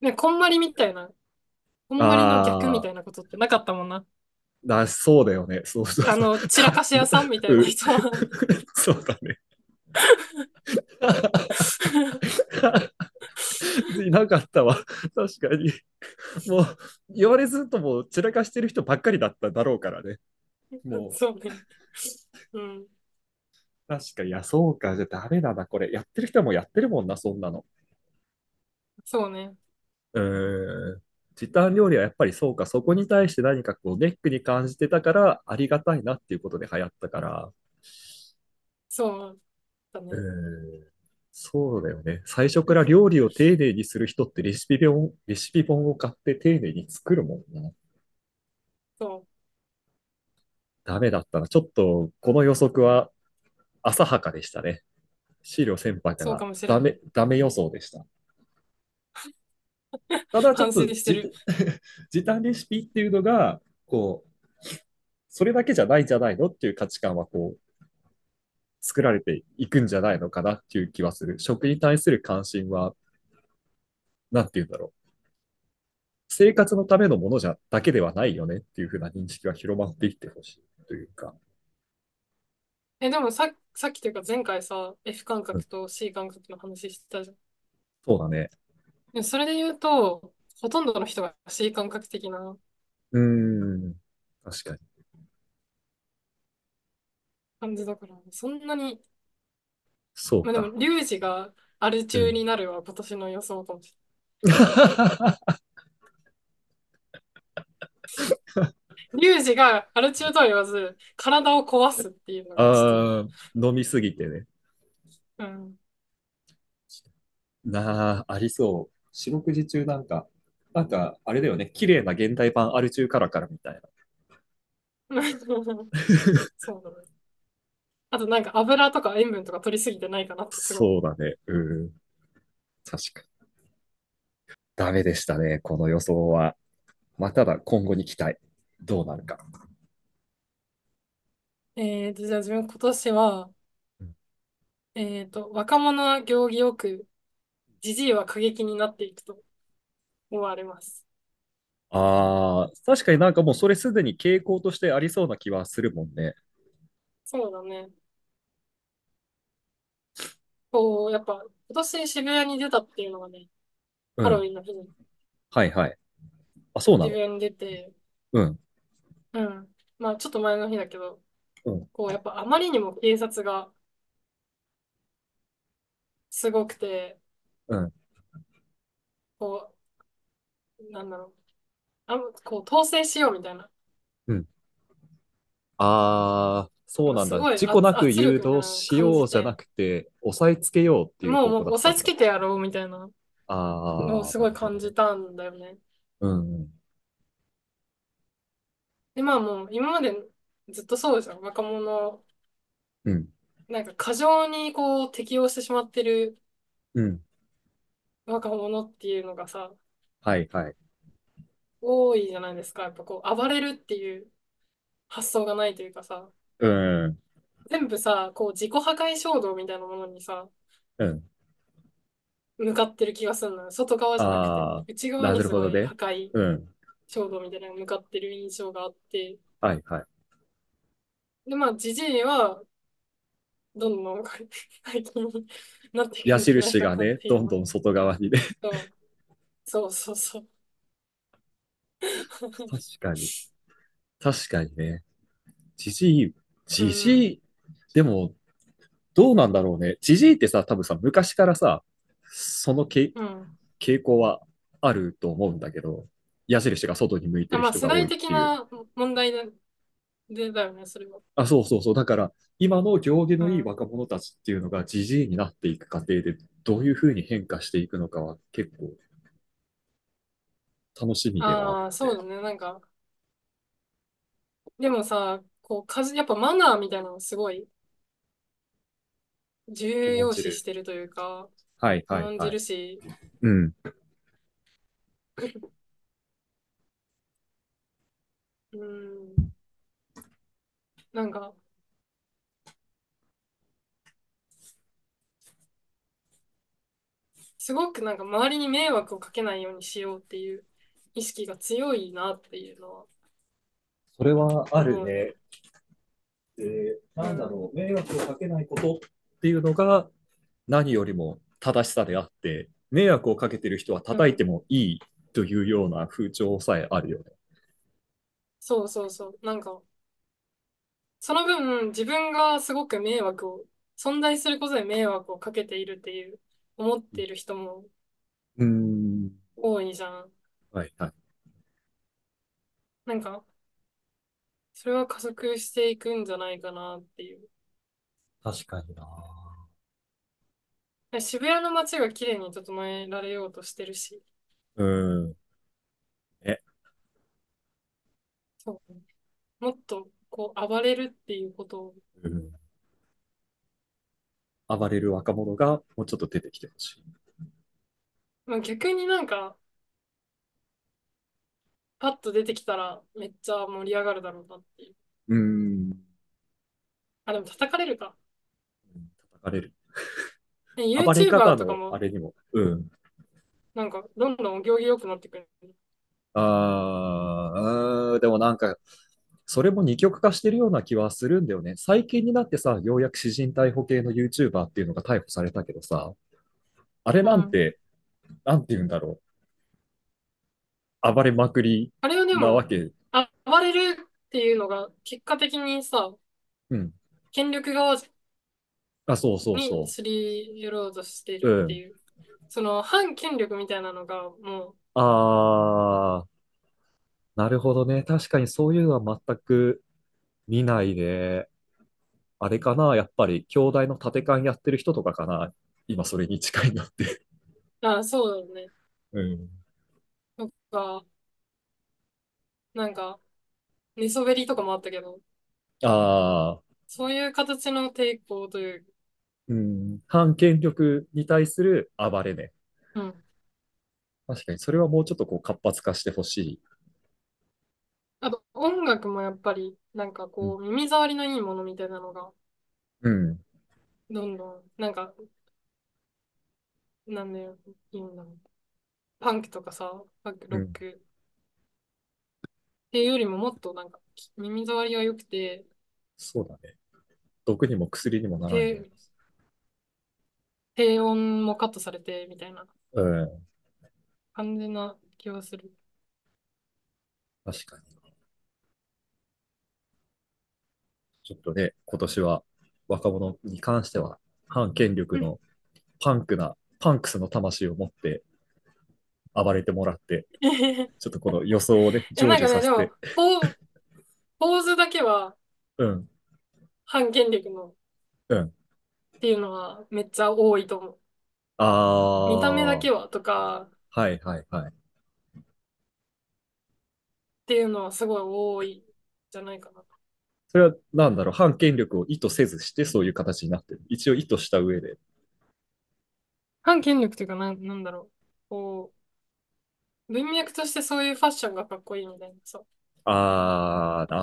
S1: ね、こんまりみたいな。こんまりの逆み
S2: あ
S1: たいなことってなかったもん な。
S2: ー、だ、そうだよね。そうそう
S1: あ
S2: そう。
S1: の、散ら
S2: 多
S1: かし屋さんみたいな
S2: 分
S1: 人は
S2: そうだね。いなかったわ。確かに。もう、言われずとも散らかしてる人ばっかりだっただろうからね。 も
S1: そうね。うん。
S2: う、確かに、いや、そうか、じゃあダメだな、これ。やってる人はもうやってるもんな、そんなの。
S1: そうね。
S2: うーん。時短料理はやっぱりそうか、そこに対して何かこうネックに感じてたから、ありがたいなっていうことで流行ったから。
S1: そうだ
S2: う
S1: ね。
S2: ーん。そうだよね。最初から料理を丁寧にする人ってレシピ本、レシピ本を買って丁寧に作るもんな。
S1: そう。
S2: ダメだったな。ちょっと、この予測は浅はかでしたね。資料先輩か
S1: そう
S2: ら
S1: かもしれ
S2: ダ
S1: ない。
S2: メ、ダメ予想でした。ただちょ
S1: 反
S2: っ
S1: 省
S2: と
S1: して
S2: 時、
S1: る。
S2: 時短レシピっていうのが、こう、それだけじゃないんじゃないのっていう価値観はこう、作られていくんじゃないのかなっていう気はする。食に対する関心は、なんて言うんだろう。生活のためのものじゃ、だけではないよねっていうふうな認識が広まっていってほしいというか。
S1: え、でもさ、さっきというか前回さ、F 感
S2: うん
S1: 覚と C 感覚の話してたじゃん。
S2: そうだね。
S1: でもそれで言うと、ほとんどの人が C 感覚的な、
S2: うーん。確かに。
S1: 感じだから、そんなに、
S2: そう
S1: まあでも、
S2: か。
S1: リュウジがアル
S2: う
S1: 中
S2: ん。
S1: になるは今年の予想かもしれない。リュウジがアル中とは言わず、体を壊すっていうのがちょっ
S2: ああ、飲みすぎてね。
S1: と、うん、
S2: なあ、ありそう。四六時中なんか、なんか、あれだよね。綺麗な現代版アル中からからみたいな。
S1: そうだね。あとなんか油とか塩分とか取りすぎてないかなってすごい。
S2: そうだね。うん。確かに。ダメでしたね。この予想は。まあ、ただ今後に期待。どうなるか。
S1: えーと、じゃあ自分今年は、
S2: うん
S1: えーと、若者は行儀よく、じじいは過激になっていくと思われます。
S2: ああ、確かになんかもうそれすでに傾向としてありそうな気はするもんね。
S1: そうだね。こう、やっぱ、今年渋谷に出たっていうのがね、
S2: う
S1: ハロウ
S2: ん。
S1: ィンの日に
S2: はいはい。あ、そうな
S1: 渋
S2: の
S1: 谷に出て、
S2: うん。
S1: うん。まあ、ちょっと前の日だけど、
S2: うん。
S1: こう、やっぱあまりにも警察がすごくて、
S2: うん。
S1: こう、なんだろう。あん、こう、統制しようみたいな。
S2: うんああ、そう
S1: なんかす
S2: なんだ。
S1: ごい
S2: 事故
S1: 圧、
S2: なく
S1: 圧
S2: 誘
S1: 力みた
S2: 導
S1: いなのを
S2: し
S1: 感
S2: よう
S1: じ
S2: じゃな
S1: て、
S2: くて、抑えつけようっていう
S1: もう、
S2: 方
S1: も
S2: 向
S1: う、
S2: だっ
S1: 押
S2: た
S1: さえ
S2: ん
S1: つ
S2: だ。
S1: けてやろうみたいなのを
S2: ああ、
S1: す
S2: な
S1: ご
S2: る
S1: い
S2: ほ
S1: 感
S2: ど。
S1: じたんだよね。
S2: うん。
S1: で、まあもう、今までずっとそうじゃん。若者、
S2: うん。
S1: なんか過剰にこう、適応してしまってる
S2: うん。
S1: 若者っていうのがさ、
S2: はいはい。
S1: 多いじゃないですか。やっぱこう、暴れるっていう発想がないというかさ、
S2: うん。
S1: 全部さ、こう、自己破壊衝動みたいなものにさ、
S2: うん。
S1: 向かってる気がするのよ。外側じゃなくて、
S2: ああ、
S1: 内側
S2: な
S1: に
S2: る
S1: す
S2: ほ
S1: ご
S2: ど
S1: い破
S2: ね。
S1: 壊
S2: うん。
S1: 衝動みたいなのが向かってる印象があって、
S2: はいはい。
S1: で、まあ、じじいは、どんど ん最近なってい
S2: 矢
S1: くんじゃない
S2: 印
S1: か
S2: が
S1: なっ
S2: ね、
S1: てい
S2: ど
S1: うんの
S2: どん外側にね。
S1: と、そうそうそう。
S2: 確かに。確かにね。じじい、
S1: う
S2: じじ
S1: ん、
S2: い、でも、どうなんだろうね。じじいってさ、多分さ、昔からさ、そのけ
S1: うん。
S2: 傾向はあると思うんだけど、矢印が外に向いて
S1: あ、
S2: る
S1: まあ、
S2: 人
S1: 世
S2: が多
S1: 代
S2: いっ
S1: 的
S2: ていう。
S1: な問題で、でだよね、それは。
S2: あ、そうそうそう。だから、今の行儀
S1: う
S2: のいい
S1: ん。
S2: 若者たちっていうのが、じじいになっていく過程で、どういうふうに変化していくのかは結構楽しみではあっ
S1: ああ、そう
S2: て。
S1: だね。なんか、でもさ、こう、かじ、やっぱマナーみたいなのすごい重
S2: 重ん
S1: 要
S2: じ
S1: 視し
S2: る。
S1: てるというか、
S2: はいはい
S1: 重ん
S2: は
S1: じ
S2: い。
S1: るし、
S2: うん。
S1: うん、なんか、すごくなんか周りに迷惑をかけないようにしようっていう。意識が強いなっていうのは
S2: それはある
S1: 思う。
S2: ね。で、
S1: う
S2: なんだ
S1: ん。
S2: ろう、迷惑をかけないことっていうのが何よりも正しさであって、迷惑をかけてる人は
S1: う
S2: 叩いて
S1: ん。
S2: もいいというような風潮さえあるよね。
S1: そうそうそう。なんか、その分、自分がすごく迷惑を、存在することで迷惑をかけているっていう、思っている人も
S2: うーん。
S1: 多いじゃん。
S2: はいはい。
S1: なんか、それは加速していくんじゃないかなっていう。
S2: 確かにな。
S1: 渋谷の街が綺麗に整えられようとしてるし、
S2: うーん。え、
S1: そう。もっと、こう、暴れるっていうことを、
S2: うん。暴れる若者がもうちょっと出てきてほしい。
S1: まあ、逆になんか、パッと出てきたら、めっちゃ盛り上がるだろうなっていう。
S2: うーん。
S1: あ、でも叩かれるか。
S2: 叩かれる。
S1: ね
S2: 暴れ方
S1: YouTuber とか
S2: のあ
S1: も、
S2: れにも。うん。
S1: なんか、どんどんお行儀良くなってくる。
S2: あーうーんでもなんか、それも二極化してるような気はするんだよね。最近になってさ、ようやく私人逮捕系の YouTuber っていうのが逮捕されたけどさ、あれ
S1: う
S2: なん
S1: ん。
S2: て、なんて言うんだろう。暴れまくり
S1: あれはで
S2: なわ
S1: も、
S2: け。
S1: あ暴れるっていうのが、結果的にさ、
S2: うん。
S1: 権力側
S2: あ、そうそう
S1: に
S2: そ
S1: すり寄ろうとして
S2: う。
S1: るっ
S2: う
S1: て
S2: ん。
S1: いう、その反権力みたいなのが、もう、
S2: あー、なるほどね。確かにそういうのは全く見ないで。あれかな、やっぱり、京大の縦勘やってる人とかかな。今それに近いなって。
S1: あ、そうだよね。
S2: うん。
S1: とか、なんか、寝そべりとかもあったけど、
S2: あー。
S1: そういう形の抵抗という、
S2: うん、反権力に対する暴れね。
S1: うん。
S2: 確かに、それはもうちょっとこう活発化してほしい。
S1: あと、音楽もやっぱり、なんか
S2: う
S1: こ
S2: ん。
S1: う、耳障りのいいものみたいなのが、
S2: うん。
S1: どんどん、なんか、なんだよ、いいんだろう。パンクとかさ、パンク
S2: う
S1: ロッ
S2: ん。
S1: クっていうよりももっとなんか、き耳障りが良くて、
S2: そうだね。毒にも薬にもならんよう
S1: 低、低音もカットされて、みたいな
S2: な。うん。
S1: 感じな気はする。
S2: 確かに。ちょっとね、今年は若者に関しては、反権力
S1: うん。
S2: のパンクな、パンクスの魂を持って暴れてもらって、
S1: え、
S2: ちょっとこの予想をね、成
S1: なん
S2: 就
S1: か
S2: さ
S1: ね、
S2: せ
S1: で
S2: て。
S1: も、ポー、ポーズだけは
S2: うん。
S1: 反権力のっ
S2: うん。
S1: ていうのはめっちゃ多いと思う。
S2: あ
S1: 見た目だ
S2: あ、は
S1: けはとか
S2: いはいはい。
S1: っていうのはすごい多いんじゃないかな。
S2: それはなんだろう、反権力を意図せずしてそういう形になってる。一応意図した上で。
S1: 反権力というかなん、なんだろう。こう、文脈としてそういうファッションがかっこいいみたいなさ。
S2: あー、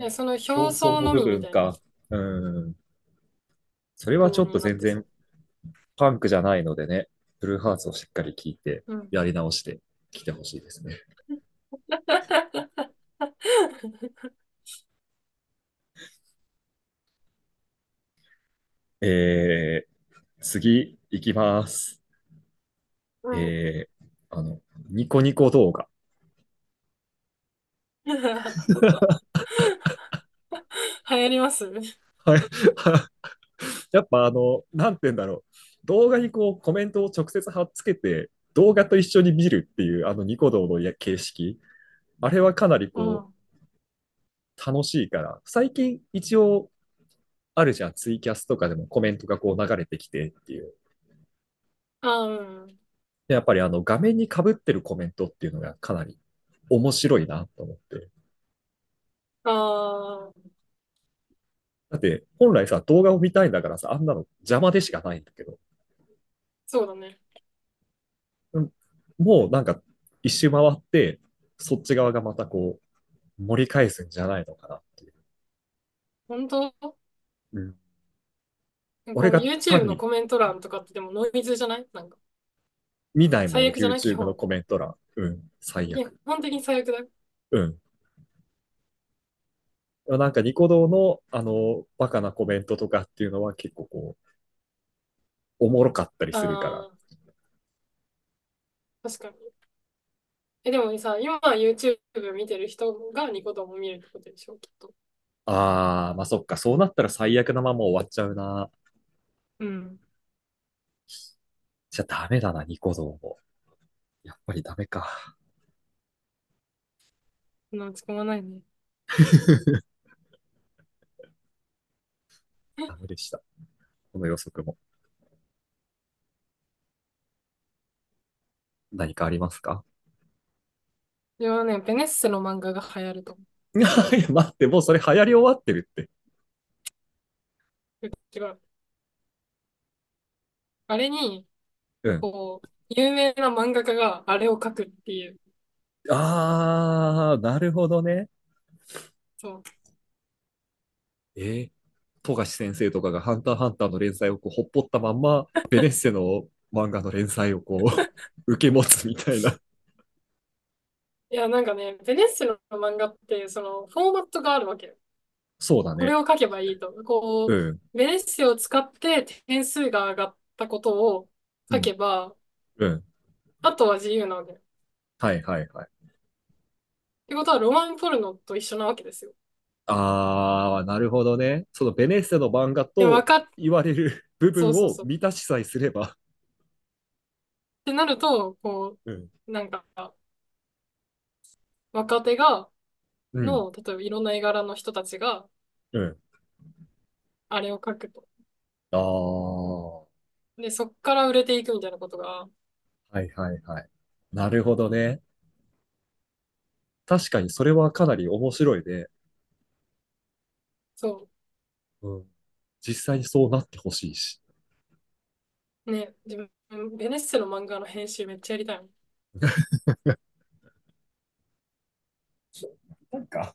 S2: あ
S1: え、その表
S2: 表層
S1: 層
S2: の
S1: の
S2: 部
S1: みみ
S2: 分
S1: たいな
S2: か。うん。それはち
S1: 風
S2: ょっと
S1: になっ
S2: 全
S1: てそ
S2: 然パンクじゃないのでね、ブルーハーツをしっかり聞いて、
S1: う。うん。
S2: やり直してきてほしいですね。えー、次行きます。
S1: うん。
S2: えー、あの、ニコニコ動画。
S1: 流行ります
S2: はい。やっぱあの、なんて言うんだろう。動画にこうコメントを直接貼っつけて、動画と一緒に見るっていうあのニコ動のや形式。あれはかなり
S1: う
S2: こ
S1: ん。
S2: う楽しいから、最近一応あるじゃん、ツイキャスとかでもコメントがこう流れてきてっていう。
S1: あ、うん。
S2: でやっぱりあの画面に被ってるコメントっていうのがかなり面白いなと思って。
S1: ああ、
S2: だって本来さ、動画を見たいんだからさ、あんなの邪魔でしかないんだけど、
S1: そうだね。
S2: うんもうなんか一周回って、そっち側がまたこう盛り返すんじゃないのかなっていう。
S1: 本当
S2: うん。
S1: なんか
S2: 俺
S1: あの
S2: が
S1: YouTube
S2: 単
S1: の
S2: に、
S1: コメント欄とかってでもノイズじゃないなんか。
S2: 見ないもん、
S1: 最悪じゃない基
S2: YouTube の
S1: 本。
S2: コメント欄。うん、最
S1: 基
S2: 悪。
S1: 本的に最悪だよ。
S2: うん。なんかニコ動の、あの、バカなコメントとかっていうのは結構こう、おもろかったりするから。
S1: ああ、確かに。え、でもさ、今 YouTube 見てる人がニコ動も見るってことでしょ、きっと。
S2: ああ、まあそっか、そうなったら最悪なまま終わっちゃうな。
S1: うん。
S2: じゃあダメだな、ニコ動も。やっぱりダメか。
S1: そんな落ち込まないね。え
S2: ダメでした。この予測も。何かありますか
S1: いやね、ベネッセの漫画が流行ると思
S2: いや、待って、もうそれ流行り終わってるって。
S1: う。違う。あれに、
S2: うん。
S1: こう、有名な漫画家があれを描くっていう。
S2: ああ、なるほどね。
S1: そう。
S2: えー、富樫先生とかがハンターハンターの連載をこう、ほっぽったまん ま、ベネッセの漫画の連載をこう、 受け持つみたいな。
S1: いや、なんかね、ベネッセの漫画って、その、フォーマットがあるわけよ。
S2: そうだ
S1: これ
S2: ね。
S1: を書けばいいと。こ
S2: う
S1: う、
S2: ん、
S1: ベネッセを使って点数が上がったことを
S2: う
S1: 書
S2: ん、
S1: けば、
S2: うん。
S1: あとは自由なわけよ。っ
S2: はいはいはい。
S1: てことは、ロマンポルノと一緒なわけですよ。
S2: ああ、なるほどね。そのベネッセの漫画
S1: で、わ
S2: と
S1: かっ、
S2: 言われる
S1: そ
S2: 部分
S1: うそう
S2: を
S1: そう。っ
S2: 満たしさえすれば。
S1: てなると、こ
S2: うん。
S1: う、なんか、若手が、
S2: うん。
S1: の、例えばいろんな絵柄の人たちが、
S2: うん。
S1: あれを書くと。
S2: ああ、は
S1: で、そっから売れていくみたいなことが、
S2: いはいはい。なるほどね。確かにそれはかなり面白いね。
S1: そ
S2: うん。実際にそうなってほしいし。
S1: う、ね、自分、ベネッセの漫画の編集めっちゃやりたいもん。
S2: なんか、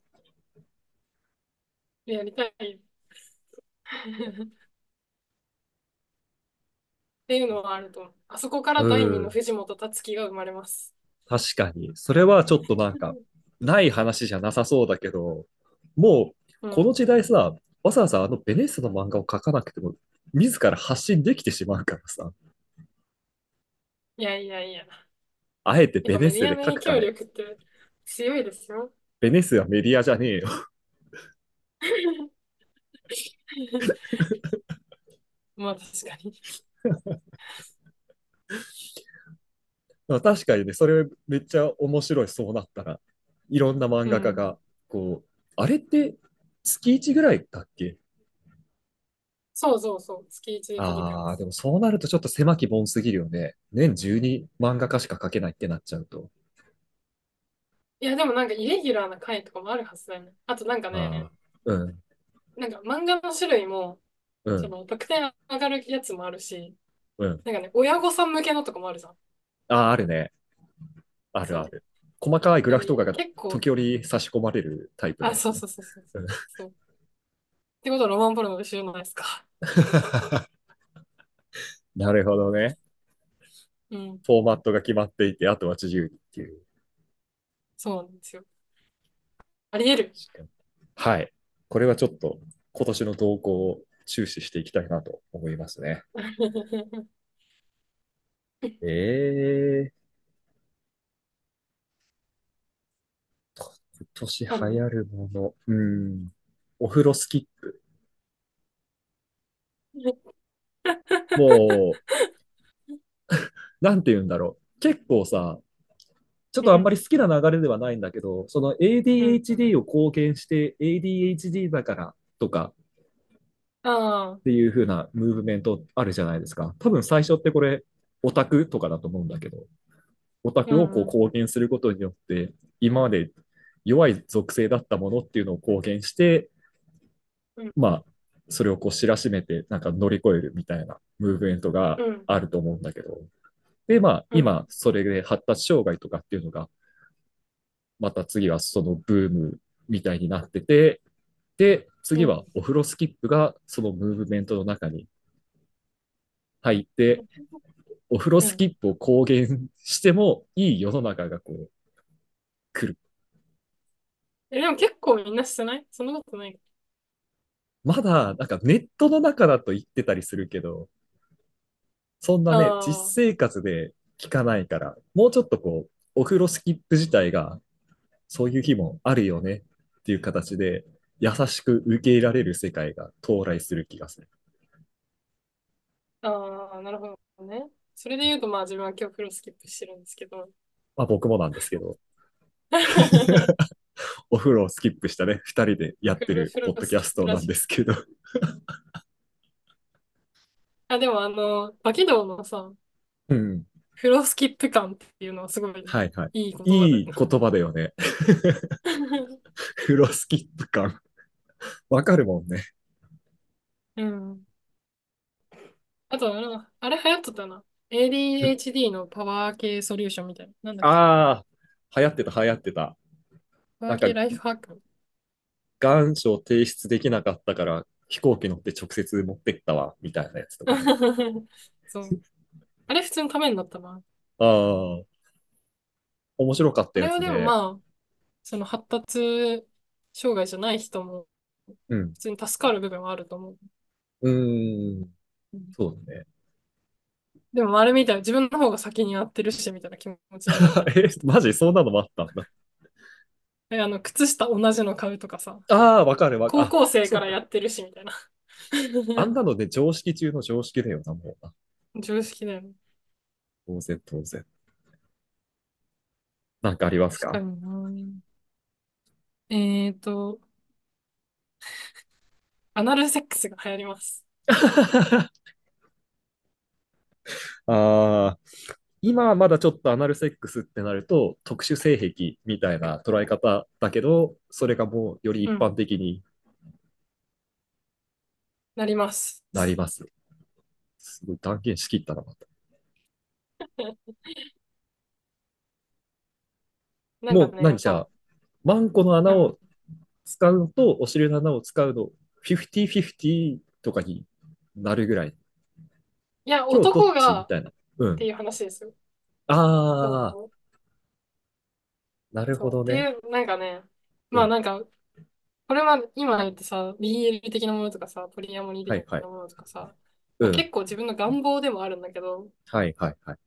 S1: やりたいよ。っていうのはあると思う。あそこから第二
S2: う
S1: の
S2: ん。
S1: 藤本つきが生まれます。
S2: 確かに。それはちょっとなんか、ない話じゃなさそうだけど、もう、
S1: う
S2: この
S1: ん。
S2: 時代さ、わざわざあのベネッセの漫画を描かなくても、自ら発信できてしまうからさ、
S1: いやいやいや。
S2: あえて
S1: やっ
S2: ベ
S1: ぱメデ
S2: ネッセ
S1: ィア
S2: で
S1: の
S2: 描
S1: 影
S2: くか
S1: 響
S2: ね。
S1: 力って強いですよ。
S2: ベネッセはメディアじゃねえよ。
S1: まあ確かに。
S2: まあ確かにね、それめっちゃ面白い、そうなったら。いろんな漫
S1: う
S2: 画家
S1: ん。
S2: が、こう、あれって月1ぐらいだっけ
S1: そうそうそう。月一で聞いてま
S2: ああー、
S1: す。
S2: でもそうなるとちょっと狭き門すぎるよね。年12漫画家しか描けないってなっちゃうと。
S1: いやでもなんかイレギュラーな回とかもあるはずだよね。あとなんか
S2: あ
S1: ね、
S2: あ、うん、
S1: なんか漫画の種類も、
S2: う
S1: そ
S2: ん、
S1: の得点上がるやつもあるし、
S2: うん。
S1: なんかね、親御さん向けのとかもあるじゃん。
S2: ああ、あるね。あるあ
S1: そ
S2: る。細かいグ
S1: う。な
S2: ラ
S1: ん
S2: フ
S1: か
S2: とかが
S1: 結構、
S2: 時折差し込まれるタイプだ
S1: あ、
S2: よ
S1: そう
S2: ね。
S1: そうそうそうそう。
S2: うん
S1: そう。ってことはロマンポルノで知るのですか。
S2: なるほどね。
S1: うん。
S2: フォーマットが決まっていて、あとは自由にっていう。
S1: そうなんですよ。あり得る。
S2: 確かにはい。これはちょっと今年の動向を注視していきたいなと思いますね。 ええと、今年流
S1: ある
S2: 行るもの。うん。お風呂スキップ。もう、 なんて言うんだろう。結構さ、ちょっ
S1: う
S2: とあんま
S1: ん、
S2: り好きな流れではないんだけど、その
S1: うん、うん。
S2: ADHD を公言して ADHD だからとか
S1: ああ、
S2: っていう風なムーブメントあるじゃないですか。多分最初ってこれオタクとかだと思うんだけど、オタ
S1: う、
S2: クをこうん
S1: うん。
S2: 公言することによって、今まで弱い属性だったものっていうのを公言して、
S1: うん、
S2: まあ、それをこう知らしめてなんか乗り越えるみたいなムーブメントが
S1: うん、
S2: あると思うんだけど。で、まあ、
S1: うん。
S2: 今、それで発達障害とかっていうのが、また次はそのブームみたいになってて、で、
S1: う
S2: 次は
S1: ん
S2: お風呂スキップがそのムーブメントの中に入って、お風呂
S1: う
S2: ス
S1: ん。
S2: キップを公言してもいい世の中がこう来る。
S1: え、でも結構みんなしてないそんなことない。
S2: まだ、なんかネットの中だと言ってたりするけど、そんなね、実
S1: ああ、
S2: 生活で聞かないから、もうちょっとこう、お風呂スキップ自体が、そういう日もあるよねっていう形で、優しく受け入れられる世界が到来する気がする。
S1: ああ、なるほどね。それで言うと、まあ自分は今日風呂スキップしてるんですけど。
S2: まあ僕もなんですけど、お風呂をスキップしたね、二人でやって
S1: 風呂、
S2: る
S1: 風呂
S2: ポッド
S1: ス
S2: キャ
S1: キッ
S2: ス
S1: プ
S2: ト
S1: ラ
S2: なん
S1: ジ
S2: ですけど、
S1: オ。あ、でもあの、バケドウのさ、
S2: うん。
S1: 風呂スキップ感っていうのはすごい
S2: はいはい。
S1: いい言葉だ
S2: い
S1: よ
S2: い
S1: ね。
S2: 言葉だよね。風呂スキップ感。わかるもんね。
S1: うん。あとあの、あれ流行っとったな。ADHD のパワー系ソリューションみたいな。なんだっけ
S2: ああ、流行ってた、流行ってた。
S1: パワ
S2: な
S1: ー
S2: んか、
S1: 系ライフハック。
S2: 願書を提出できなかったから、飛行機乗って直接持ってったわ、みたいなやつとかね。
S1: そう。あれ普通のためになったな。
S2: ああ、面白かっ
S1: あ
S2: た
S1: れ
S2: や
S1: は
S2: つ
S1: でも
S2: ね。
S1: まあ、その発達障害じゃない人も
S2: うん。
S1: 普通に助かる部分はあると思う。
S2: うーん、
S1: うん
S2: そうだね。
S1: でもあれみたいな、自分の方が先にやってるし、みたいな気持 ちになったよ。
S2: え、マジそんなのもあったんだ。
S1: え、あの、靴下同じの買うとかさ、
S2: ああ、わかるわかる。
S1: 高
S2: あ、
S1: 校生
S2: そ
S1: か
S2: う
S1: らや
S2: だ。
S1: ってるし、みたいな。
S2: あんなのね、常識中の常識だよな、もうな。
S1: 常識だよね。
S2: 当然、当然。なんかあります
S1: 確か
S2: か
S1: にな。えーと、 アナルセックスが流行ります。
S2: ああー、今はまだちょっとアナルセックスってなると特殊性癖みたいな捉え方だけど、それがもうより
S1: う
S2: 一
S1: ん、
S2: 般的に
S1: なります。
S2: なります。すごい断言しきったな、また
S1: なんか
S2: もう
S1: ね、や
S2: 何
S1: っ
S2: じ
S1: ぱ、
S2: ゃあ、マンコの
S1: う
S2: 穴
S1: ん、
S2: を使うのとお尻の穴を使うの、50-50とかになるぐらい。
S1: いや、
S2: 今日どっ
S1: 男
S2: ち
S1: が
S2: み
S1: った
S2: いな。う
S1: て
S2: ん。
S1: いう話ですよ。
S2: ああ、
S1: こう、
S2: なるほ
S1: そう、っ
S2: ど
S1: て
S2: ね。
S1: いう、なんかね、
S2: う
S1: まあ
S2: ん。
S1: なんか、これは今言ってさ、BL 的なものとかさ、ポリアモニー
S2: は
S1: 的
S2: いはい。
S1: なものとかさ、
S2: う
S1: まあ、
S2: ん。
S1: 結構自分の願望でもあるんだけど、
S2: はいはいはい。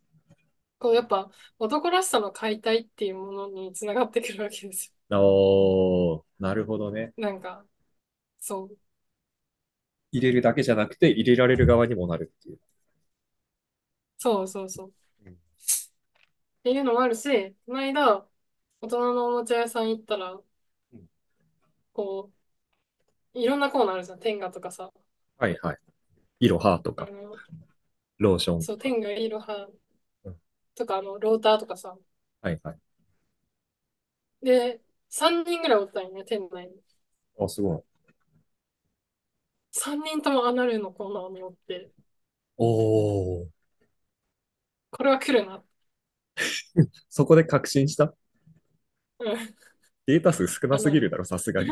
S1: こうやっぱ男らしさの解体っていうものにつながってくるわけです
S2: おー、なるほどね。
S1: よ。なんか、そう、
S2: 入れるだけじゃなくて、入れられる側にもなるっていう。
S1: そうそうそう。
S2: うん
S1: っていうのもあるし、この間、大人のおもちゃ屋さん行ったら、
S2: うん
S1: こう、いろんなコーナーあるじゃん。テンガとかさ、
S2: はいはい。イロハと
S1: あ
S2: か、
S1: の、
S2: ローション
S1: そう、
S2: と
S1: テ
S2: か。
S1: ンガ、イロハ
S2: うん
S1: とか、あの、ローターとかさ、
S2: はいはい。
S1: で、3人ぐらいおったんよね、店内に。
S2: あ、すごい。
S1: 3人ともアナルのコーナーにおって、
S2: おー。
S1: これは来るな。
S2: そこで確信した
S1: うん。
S2: データ数少な
S1: あ
S2: すぎ
S1: の、
S2: るだろ、さすがに。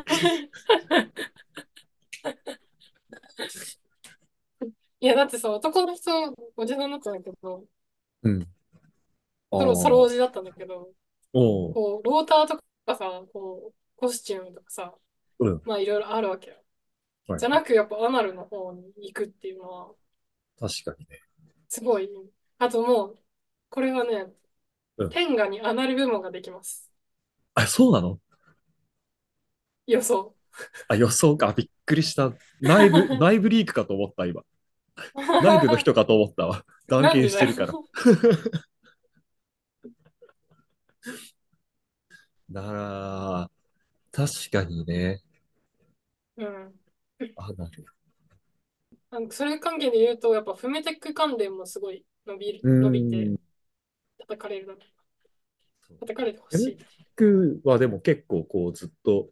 S1: いや、だってさ、男の人、おじさんだったんだけど、
S2: うん。あ
S1: ソロ、ソロお
S2: ー。
S1: じだったんだけど、
S2: おー。
S1: こう、ローターとかさ、こう、コスチュームとかさ、
S2: うん。
S1: まあいろいろあるわけよ。
S2: はい
S1: じゃ
S2: は。
S1: ないく、やっぱアナルの方に行くっていうのは、
S2: 確かにね。
S1: すごい。あともう、これはね、
S2: うん。
S1: 天下にアナル部門ができます。
S2: あ、そうなの
S1: 予想。
S2: あ、予想か。あびっくりした。内部、内部リークかと思った、今。内部の人かと思ったわ。断
S1: なん
S2: 言
S1: で
S2: して
S1: だ
S2: るから。
S1: よ。
S2: なら、確かにね。
S1: うん。
S2: あ、なる。
S1: あのそれ関係で言うと、やっぱフェムテック関連もすごい伸びる、
S2: う
S1: 伸びて
S2: ーん。
S1: 叩かれるだろう。
S2: そう
S1: 叩かれてほ
S2: フェ
S1: し
S2: ム
S1: い。
S2: テックはでも結構こうずっと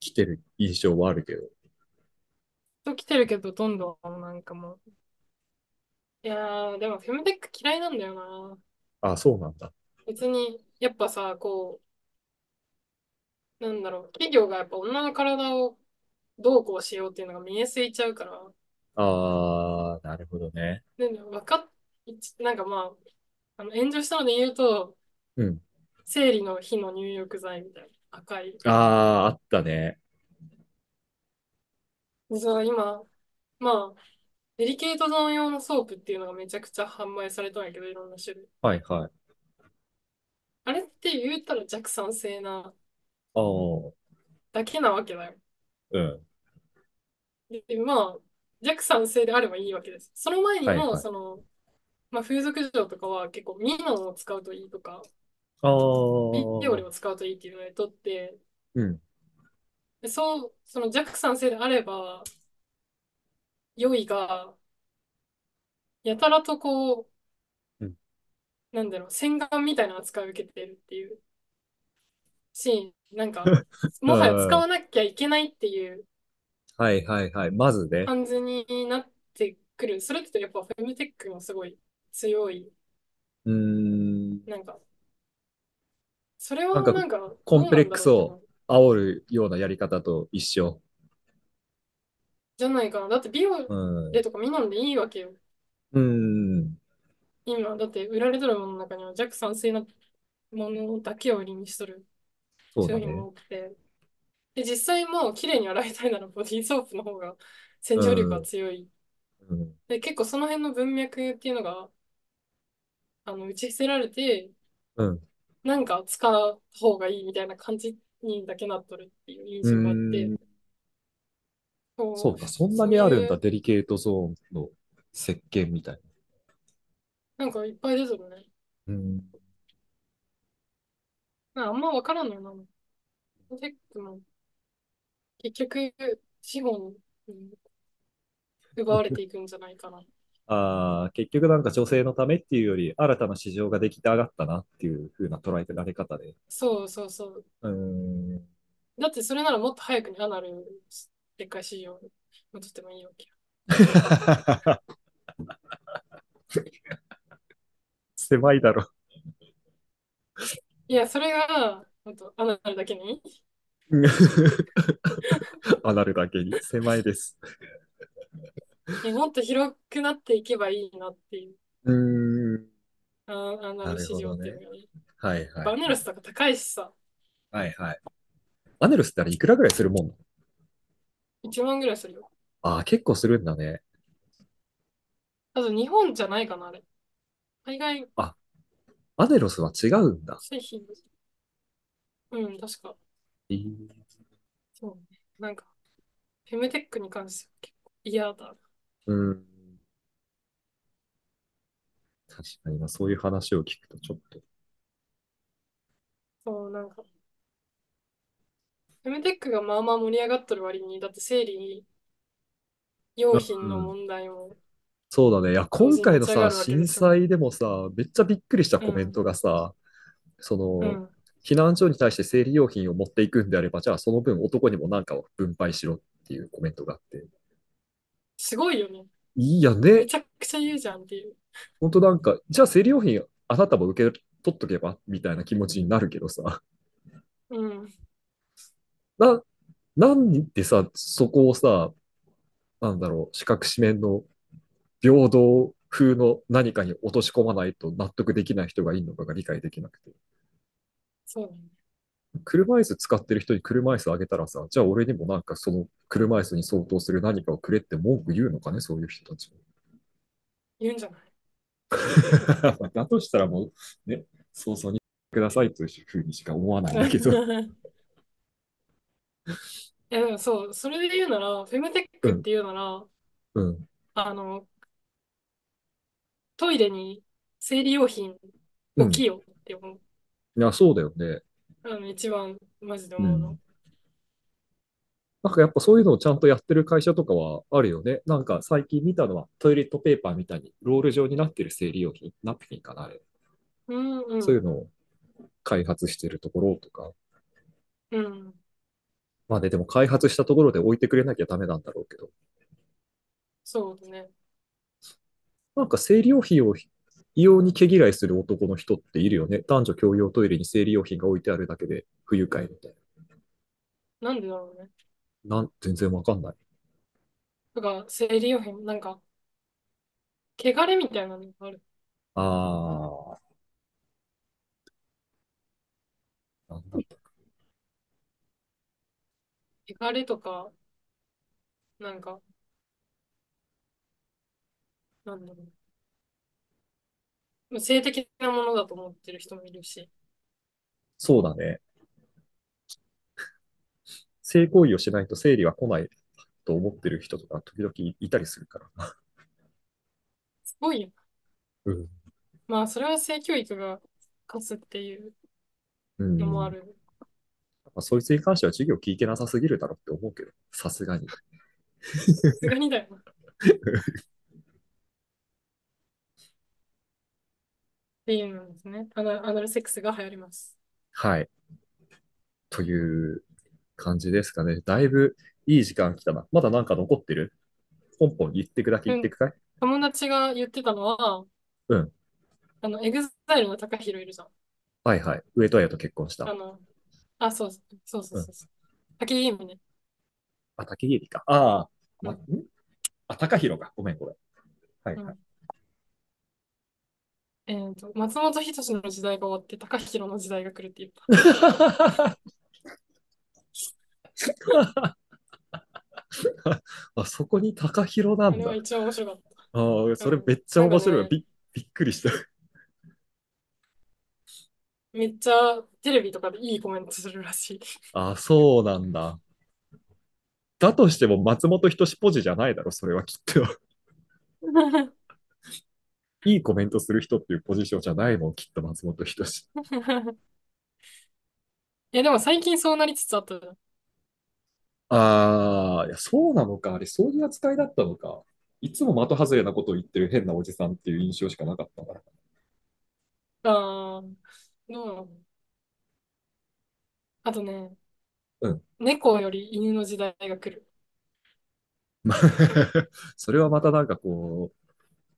S2: 来てる印象はあるけど。
S1: と来てるけど、どんどんなんかもう。いやー、でもフェムテック嫌いなんだよな。
S2: あ、そうなんだ。
S1: 別に、やっぱさ、こう、なんだろう、企業がやっぱ女の体をどうこうしようっていうのが見えすいちゃうから、
S2: あー、なるほどね。
S1: ね、分かっ一なんかまあ、あの炎上したので言うと、
S2: うん。
S1: 生理の日の入浴剤みたいな赤い。
S2: ああ、あったね。
S1: 実は今、まあ、デリケートゾーン用のソープっていうのがめちゃくちゃ販売されたんやけど、いろんな種類。
S2: はいはい。
S1: あれって言ったら弱酸性な
S2: ああ、
S1: だけなわけだよ。
S2: うん。
S1: で、まあ、弱酸性であればいいわけです。その前に
S2: はい
S1: も、
S2: はい。
S1: その、まあ、風俗嬢とかは結構ミノンを使うといいとか、
S2: あ
S1: ビオレ
S2: あ、
S1: を使うといいっていうので取って、
S2: うん。
S1: で、そう、その弱酸性であれば、良いが、やたらとこう、
S2: うん
S1: なんだろう、洗顔みたいな扱いを受けてるっていうシーン、なん か、
S2: う
S1: もはや使
S2: ん
S1: わなきゃいけないっていう
S2: はいはいはい。まずね。
S1: 感じになってくる。それってやっぱフェムテックもすごい強い。
S2: うーん。
S1: なんか、それ
S2: なん
S1: は
S2: か、
S1: なんか、
S2: コ
S1: ど
S2: ン
S1: う
S2: プ
S1: な
S2: レ
S1: ん
S2: ッ
S1: だ
S2: ク
S1: ろ
S2: ス
S1: うって
S2: を
S1: 思う。
S2: 煽るようなやり方と一緒。
S1: じゃないかな。だってビオ
S2: うん。
S1: レとかミノンでいいわけよ。
S2: うん。
S1: 今、だって売られとるものの中には弱酸性なものだけを売りにしとる
S2: そう
S1: 商
S2: だ
S1: 品
S2: ね。
S1: も多くて。で、実際もう綺麗に洗いたいならボディーソープの方が洗
S2: う
S1: 浄力は
S2: ん。
S1: 強い。
S2: うん。
S1: で、結構その辺の文脈っていうのが、あの、打ち捨てられて、
S2: うん。
S1: なんか使う方がいいみたいな感じにだけなっとるっていう印象
S2: う
S1: があって、
S2: ーん。そ
S1: そうう、
S2: か、そんな
S1: そう
S2: にあるん
S1: い
S2: だ、
S1: う、
S2: デリケートゾーンの石鹸みたい
S1: なんかいっぱい出てるね。
S2: な。うん。
S1: なんかあんまわからんのよな。テックも結局、資本に奪われていくんじゃないか な。
S2: ああ、結局なんか女性のためっていうより、新たな市場ができて上がったなっていう風な捉えられ方で。
S1: そうそうそう。
S2: うーん。
S1: だってそれならもっと早くにアナル、でっかい市場に戻ってもいいわけよ。
S2: 狭いだろ。
S1: いや、それが、ほんと、アナルだけに。
S2: うんアナルだけに狭いです。
S1: いやもっと広くなっていけばいいなっていう、
S2: うーん。
S1: あー、アナ
S2: な
S1: ル
S2: る
S1: 市
S2: ほ
S1: 場っ
S2: ど
S1: ていう
S2: ね。
S1: のがね。やっ
S2: はいは
S1: ぱア
S2: い
S1: ナ
S2: は
S1: ル
S2: い。
S1: スとか高いしさ、
S2: はいはい。アネルスってあれいくらぐらいするもんなの
S1: 1万ぐらいするよ。
S2: ああ、結構するんだね。
S1: あと日本じゃないかな、あれ。海外
S2: あ、アネロスは違うんだ。
S1: 製品。うん、確か。
S2: えー
S1: そうね。なんか、フェムテックに関しては結構嫌だ。
S2: うん。確かにな、そういう話を聞くとちょっと。
S1: そう、なんか、フェムテックがまあまあ盛り上がっとる割に、だって生理用品
S2: う
S1: の
S2: ん。
S1: 問題も
S2: そうだね。いや、
S1: 同
S2: 今
S1: 時に
S2: 回
S1: 立
S2: の
S1: ち上が
S2: さ、
S1: るわけで
S2: 震
S1: しょ。
S2: 災でもさ、めっちゃびっくりした
S1: う
S2: コメン
S1: ん、
S2: トがさ、そうの、
S1: ん。
S2: 避難所に対して生理用品を持っていくんであれば、じゃあその分男にもなんかを分配しろっていうコメントがあって。
S1: すごいよね。
S2: いいや
S1: め
S2: ね。
S1: ちゃくちゃ言うじゃんっていう。
S2: ほんとなんか、じゃあ生理用品あなたも受け取っとけばみたいな気持ちになるけどさ。
S1: うん。
S2: な、なんでさ、そこをさ、なんだろう、四角四面の平等風の何かに落とし込まないと納得できない人がいるのかが理解できなくて。
S1: そうだね。
S2: 車椅子使ってる人に車椅子あげたらさ、じゃあ俺にもなんかその車椅子に相当する何かをくれって文句言うのかね、そういう人たちも。
S1: 言うんじゃない
S2: だとしたらも うね、早々にくださいというふうにしか思わないんだけ ど。
S1: いや、でもそう、それで言うなら、フェムテッ
S2: う
S1: クっ
S2: ん、
S1: ていうなら、
S2: うん。
S1: あの、トイレに生理用品
S2: う
S1: 置
S2: ん。
S1: きよって思う。
S2: いや、そうだよね。
S1: あの、一番マジで
S2: う
S1: 思うの。
S2: ん。なんかやっぱそういうのをちゃんとやってる会社とかはあるよね。なんか最近見たのはトイレットペーパーみたいにロール状になってる生理用品、ナプキンかな、あれ。
S1: うん、う、
S2: そういうんのを開発してるところとか。
S1: うん。
S2: まあね、でも開発したところで置いてくれなきゃダメなんだろうけど。
S1: そうね。
S2: なんか生理用品を異様に毛嫌いする男の人っているよね。男女共用トイレに生理用品が置いてあるだけで不愉快みたい
S1: なんでだろうね。
S2: な。なん、全然わかんない。
S1: とか、生理用品、なんか、汚れみたいなのがある。
S2: ああ、なんだったか。
S1: 手枯れとか、なんか、なんだろう。性的なものだと思ってる人もいるし。
S2: そうだね。性行為をしないと生理は来ないと思ってる人とか時々いたりするから。
S1: すごいよ。
S2: うん。
S1: まあ、それは性教育が勝つっていう
S2: う
S1: のもあ
S2: ん。
S1: る。
S2: まあ、そいつに関しては授業聞いてなさすぎるだろうって思うけど、さすがに。
S1: さすがにだよな。っていうのですね。アナ、アナルセックスが流行ります。
S2: はい。という感じですかね。だいぶいい時間来たな。まだなんか残ってるポンポン言ってくだけ言
S1: う
S2: って
S1: ん。
S2: くかい
S1: 友達が言ってたのは、
S2: うん。
S1: あの、エグザイルの高弘いるじゃん。
S2: はいはい。上戸彩と結婚し
S1: あ
S2: た。。
S1: の、あ、そうそうそうそううんそうそう。竹ゲームね。
S2: あ、竹入か。ああ、
S1: う
S2: ま、ん
S1: ん。
S2: あ、高弘か。ごめんごめん。はいうはい。
S1: ん。えっと、松本人志の時代が終わって高弘の時代が来るって言った。
S2: あ、そこに高弘な
S1: あ
S2: ん
S1: れは
S2: だ。
S1: 一番面白かっ
S2: ああ、
S1: た。
S2: そうれめ
S1: ん。
S2: っちゃ
S1: なん
S2: 面
S1: か
S2: 白い。
S1: ね、
S2: び、びっくりした。
S1: めっちゃテレビとかでいいコメントするらしい。
S2: あ、そうなんだ。だとしても松本人志ポジじゃないだろ、それはきっと。 いいコメントする人っていうポジションじゃないもん、きっと松本人志。
S1: いや、でも最近そうなりつつあったじゃん。
S2: ああ、いや、そうなのか。あれ、そういう扱いだったのか。いつも的外れなことを言ってる変なおじさんっていう印象しかなかったから。
S1: あーどうなのあとね、
S2: うん。
S1: 猫より犬の時代が来る。
S2: まあそれはまたなんかこ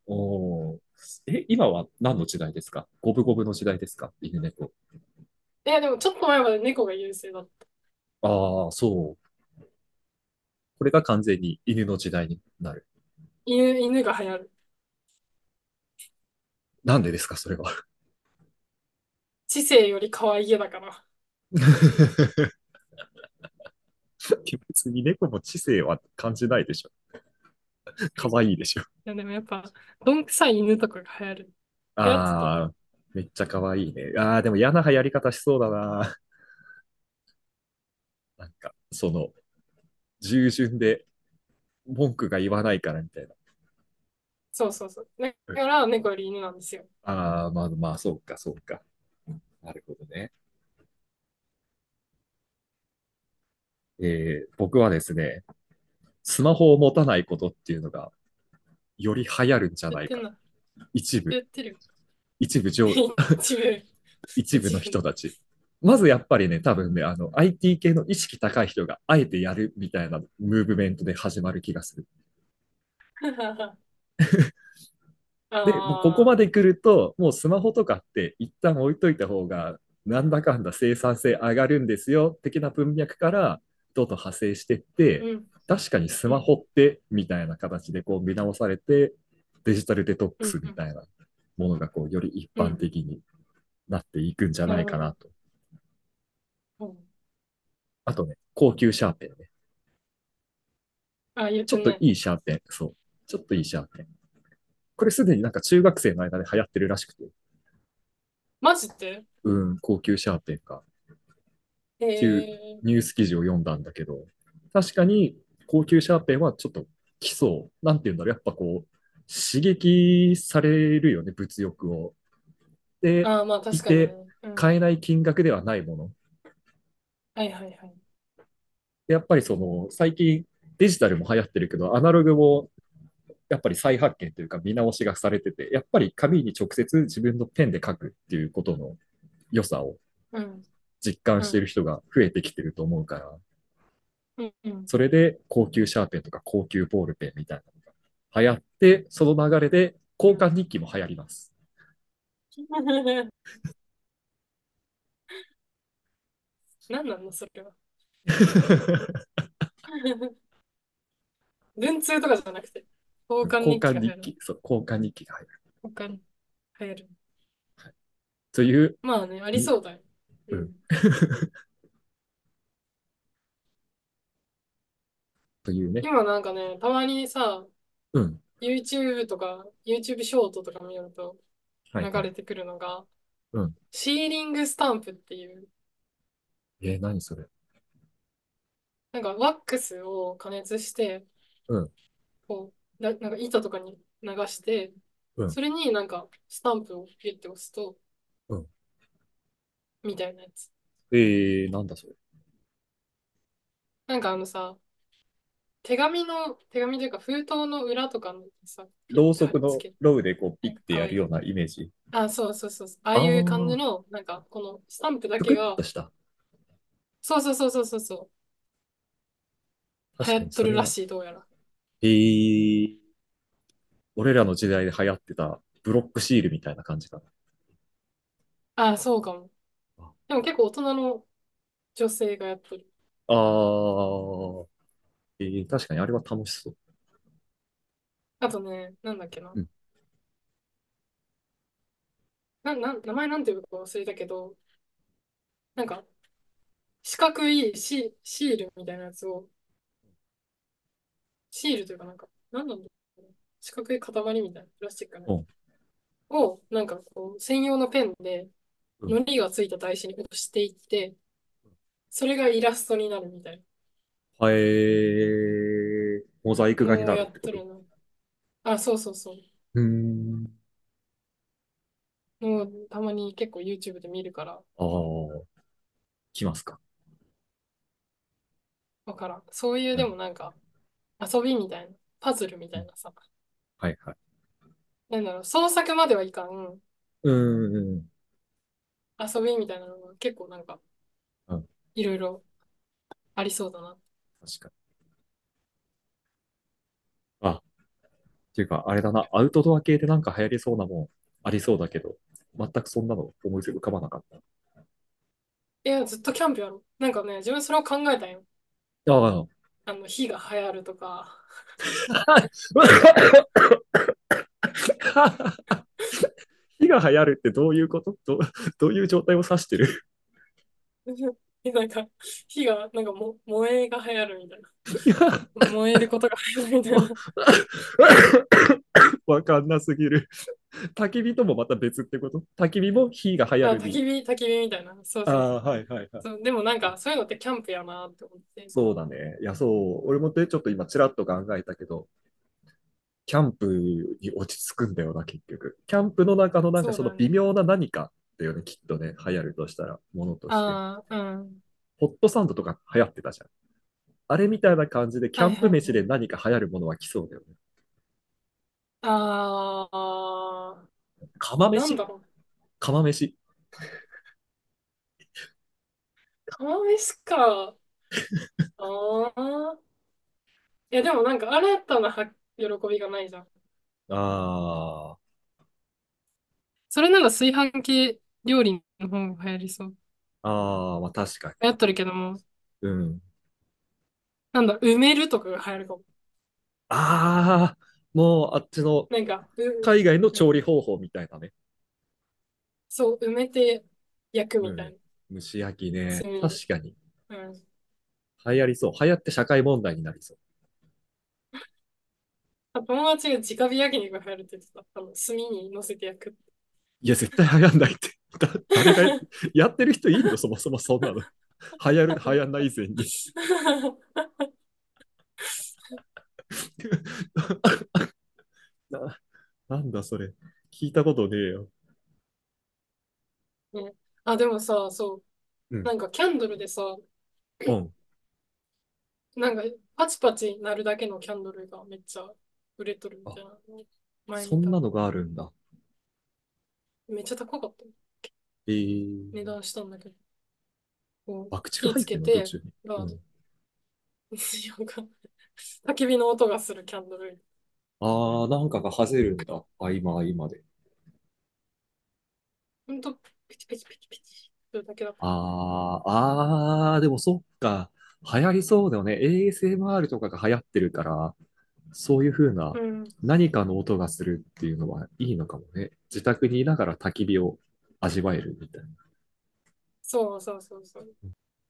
S2: う、おーえ、今は何の時代ですか五分五分の時代ですか犬猫。
S1: いや、でもちょっと前まで猫が優勢だった。
S2: ああ、そう。これが完全に犬の時代になる。
S1: 犬、犬が流行る。
S2: なんでですか、それは。
S1: 知性より可愛げだから。
S2: 別に猫も知性は感じないでしょ。可愛いでしょ。
S1: いや、でもやっぱ、どんくさい犬とかが流行る。流行ってた。
S2: ああ、めっちゃ可愛いね。ああ、でも嫌な流行り方しそうだな。なんか、その、従順で文句が言わないからみたいな。
S1: そうそうそう。だから猫より犬なんですよ。
S2: ああ、まあまあ、そうか、そうか。なるほどね。えー僕はですね、スマホを持たないことっていうのが、より流行るんじゃ
S1: 言っ
S2: ない
S1: てん
S2: か。
S1: な。
S2: 一部、
S1: 言ってる。
S2: 一部上、
S1: 一部、
S2: 一部
S1: 一
S2: の
S1: 部。
S2: 人たち。まずやっぱりね、多分ね、あの、IT 系の意識高い人があえてやるみたいなムーブメントで始まる気がする。 で、もうここ
S1: あ
S2: まで来ると、もうスマホとかって一旦置いといた方が、なんだかんだ生産性上がるんですよ、的な文脈から、どんどん派生してっ
S1: ー
S2: て、
S1: うん、
S2: 確かにス
S1: う
S2: マ
S1: ん、
S2: ホって、みたいな形でこう見直されて、デジタルデトック
S1: う
S2: ス
S1: ん、う
S2: み
S1: ん、
S2: たいなものがこう、より一
S1: う
S2: 般
S1: ん。
S2: 的になっていくんじゃ
S1: な
S2: な
S1: る
S2: い
S1: ほ
S2: か
S1: ど。
S2: なと。
S1: うん、
S2: あとね、高級シャーペンね。
S1: あ、言って
S2: ちょっ
S1: ん
S2: と
S1: ね。
S2: いいシャーペン。そう。ちょっといいシャーペン。これすでになんか中学生の間で流行ってるらしくて。
S1: マジで
S2: うん、高級シャーペンか。
S1: へ
S2: っていう
S1: えー。
S2: ニュース記事を読んだんだけど、確かに高級シャーペンはちょっと来そう。なんて言うんだろう。やっぱこう、刺激されるよね、物欲を。で、
S1: ああ、まあ
S2: い
S1: 確かに
S2: て、
S1: ね。うん。
S2: 買えない金額ではないもの。
S1: はいはいはい。
S2: やっぱりその、最近デジタルも流行ってるけど、アナログもやっぱり再発見というか見直しがされてて、やっぱり紙に直接自分のペンで書くっていうことの良さを
S1: うん、
S2: 実感
S1: う
S2: してい
S1: ん、
S2: る人が増えてきてると思うから、
S1: うん、うん。
S2: それで高級シャーペンとか高級ボールペンみたいなのが流行って、その流れで交換日記も流行ります。
S1: うん何なんだ、それは。 文通とかじゃなくて、交換
S2: 交
S1: 日記が
S2: 換
S1: 流行る
S2: 日
S1: の。
S2: 記、そう、交換日記が流行る。
S1: 交換。流行る。
S2: という、
S1: まあね、あり
S2: に
S1: そうだよ。う
S2: うん。
S1: ん。
S2: というね。
S1: 今なんかね、たまにさ、
S2: うん。
S1: YouTube とか、YouTube ショートとか見ると
S2: はい
S1: 流
S2: は
S1: れ
S2: い。
S1: てくるのが、
S2: うん。
S1: シーリングスタンプっていう、
S2: えー何それ。
S1: なんかワックスを加熱して、
S2: うん。
S1: こう、な、なんか板とかに流して、
S2: うん。
S1: それになんかスタンプをピュッて押すと、
S2: うん。
S1: みたいなやつ。
S2: えー、なんだそれ。
S1: なんかあのさ、手紙の、手紙というか封筒の裏とかにさ、ピッ
S2: ろう
S1: て
S2: そ
S1: 貼
S2: く
S1: り
S2: の
S1: 付ける。
S2: ロウでこうピ
S1: な
S2: ッ
S1: んか
S2: て
S1: か
S2: や
S1: わ
S2: る
S1: いい。
S2: ようなイメージ。
S1: あ、そうそうそうそう。ああ
S2: ああ、
S1: いう感じ
S2: ぷ
S1: の、なんかこのスタンプだけ
S2: くっ
S1: が、
S2: とした。
S1: そうそうそうそうそうそう、流
S2: 確
S1: 行
S2: か
S1: っ
S2: に
S1: と
S2: そ
S1: る
S2: れ
S1: ら
S2: は、
S1: しい、どうやら。
S2: えー、俺らの時代で流行ってたブロックシールみたいな感じかな。
S1: あ、そうかも。
S2: あ
S1: でも結構大人の女性がやってる。
S2: あー、えー、確かにあれは楽しそう。
S1: あとね、なんだっけな。
S2: うん。
S1: な、な、名前なんていうか忘れたけど、なんか、四角いシ、シールみたいなやつを、シールというかなんか、なんなんだろう。四角い塊みたいな、プラスチック
S2: う
S1: の。
S2: ん。
S1: を、なんかこう、専用のペンで、
S2: うん。
S1: 糊がついた台紙に押していって、それがイラストになるみたい
S2: はえー、モザイク
S1: な
S2: 画に
S1: の
S2: な
S1: を
S2: る
S1: や
S2: っ
S1: って
S2: ことと。
S1: るの。あ、そうそうそう。
S2: うーん。
S1: もうたまに結構 YouTube で見るから、
S2: ああ、来ますか。
S1: わからん。そういう
S2: は
S1: で
S2: い。
S1: もなんか、遊びみたいな、パズルみ
S2: う
S1: たい
S2: ん
S1: なさ、
S2: はいはい。
S1: なんだろう、創作まではいかん、
S2: うーん。
S1: 遊びみたいなのが結構なんか、
S2: うん。
S1: いろいろありそうだな。
S2: 確かに。あ、っていうか、あれだな。アウトドア系でなんか流行りそうなもんありそうだけど、全くそんなの思い浮かばなかった。
S1: いや、ずっとキャンプやろう。なんかね、自分それを考えたんよ。
S2: あ
S1: あの、火が流行るとか。
S2: あ。火が流行るってどういうことどう、どういう状態を指して る
S1: なんか、火が、なんかも、燃えが流行るみたいな。燃えることが流行るみたいな。
S2: わかんなすぎる。 焚き火ともまた別ってこと焚き火も火が流行
S1: あ、
S2: る
S1: 焚
S2: に。
S1: き火、焚き火みたいな。そうそう
S2: あ
S1: そ
S2: あ、
S1: う。
S2: はいはいはい。
S1: そう、でもなんか、そういうのってキャンプやなって思って。
S2: そうだね。いや、そう。俺もね、ちょっと今、ちらっと考えたけど、キャンプに落ち着くんだよな、結局。キャンプの中のなんか
S1: そう
S2: その
S1: だ
S2: 微
S1: ね。
S2: 妙な何かだよね、きっとね、流行るとしたら、ものとして。
S1: ああ、うん。
S2: ホットサンドとか流行ってたじゃん。あれみたいな感じで、キ
S1: は
S2: ャ
S1: い
S2: ン
S1: は
S2: プ
S1: い
S2: 飯
S1: は
S2: で
S1: い。
S2: 何か流行るものは来そうだよね。
S1: ああ、な
S2: 釜
S1: ん
S2: 飯
S1: だろう。
S2: 釜飯。
S1: 釜飯か。 ああ。いや、でもなんか、新たなは喜びがないじゃん。
S2: ああ、
S1: それなら炊飯器料理の方が流行りそう。
S2: ああ、まあ確かに。
S1: 流行っとるけども、
S2: うん。
S1: なんだ、埋めるとかが流行るかも。
S2: ああ、もうあっちの
S1: なんか、う、
S2: 海外の
S1: う
S2: 調
S1: ん、
S2: 理方法みたいなね。
S1: そう、埋めて焼くみ
S2: う
S1: たい
S2: ん。蒸し焼き
S1: な。
S2: ね。
S1: 炭
S2: 確
S1: で。
S2: かに。
S1: うん。
S2: 流行りそう。流行って社会問題になりそう。
S1: あ友達が直火焼肉が流行るって言ってた。あの、炭に乗せて焼く。
S2: いや、絶対流行んないって。 だ、誰がや、やってる人いんのそもそもそんなの。流行る、流行んない以前に。な、なんだそれ。聞いたことねえよ。
S1: ね。あ、でもさ、そう、
S2: うん。
S1: なんかキャンドルでさ、
S2: うん。
S1: なんかパチパチ鳴るだけのキャンドルがめっちゃ売れとるみ
S2: あ、
S1: たいなのを前
S2: そ
S1: 見
S2: ん
S1: た。
S2: なのがあるんだ。
S1: めっちゃ高かった。
S2: え
S1: 値
S2: ー、
S1: 段したんだけど。こ う
S2: 爆竹
S1: 火
S2: 入
S1: つ
S2: って
S1: け
S2: んの途
S1: て、
S2: 中に。う
S1: ガード。
S2: ん。
S1: なんか焚き火の音がするキャンドル。
S2: あー、なんかが外れるんだ。合間合間で。
S1: ほんと、ピチピチピチピチするだけだった。
S2: あー、あー、でもそっか。流行りそうだよね。ASMR とかが流行ってるから。そういうふうな
S1: うん。
S2: 何かの音がするっていうのはいいのかもね。自宅にいながら焚き火を味わえるみたいな。
S1: そうそうそうそう。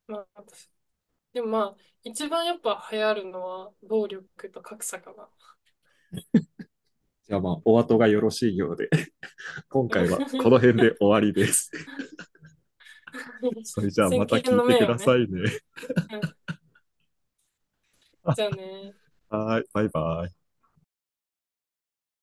S1: まあ、でもまあ、一番やっぱ流行るのは暴力と格差かな。
S2: じゃあまあ、お後がよろしいようで、 今回はこの辺で終わりです。それじゃあま
S1: 先
S2: た
S1: 見
S2: 聞い
S1: の
S2: て
S1: 明
S2: く
S1: を
S2: だ
S1: ね。
S2: さいね。
S1: うんじゃあね。
S2: はい、バイバイ。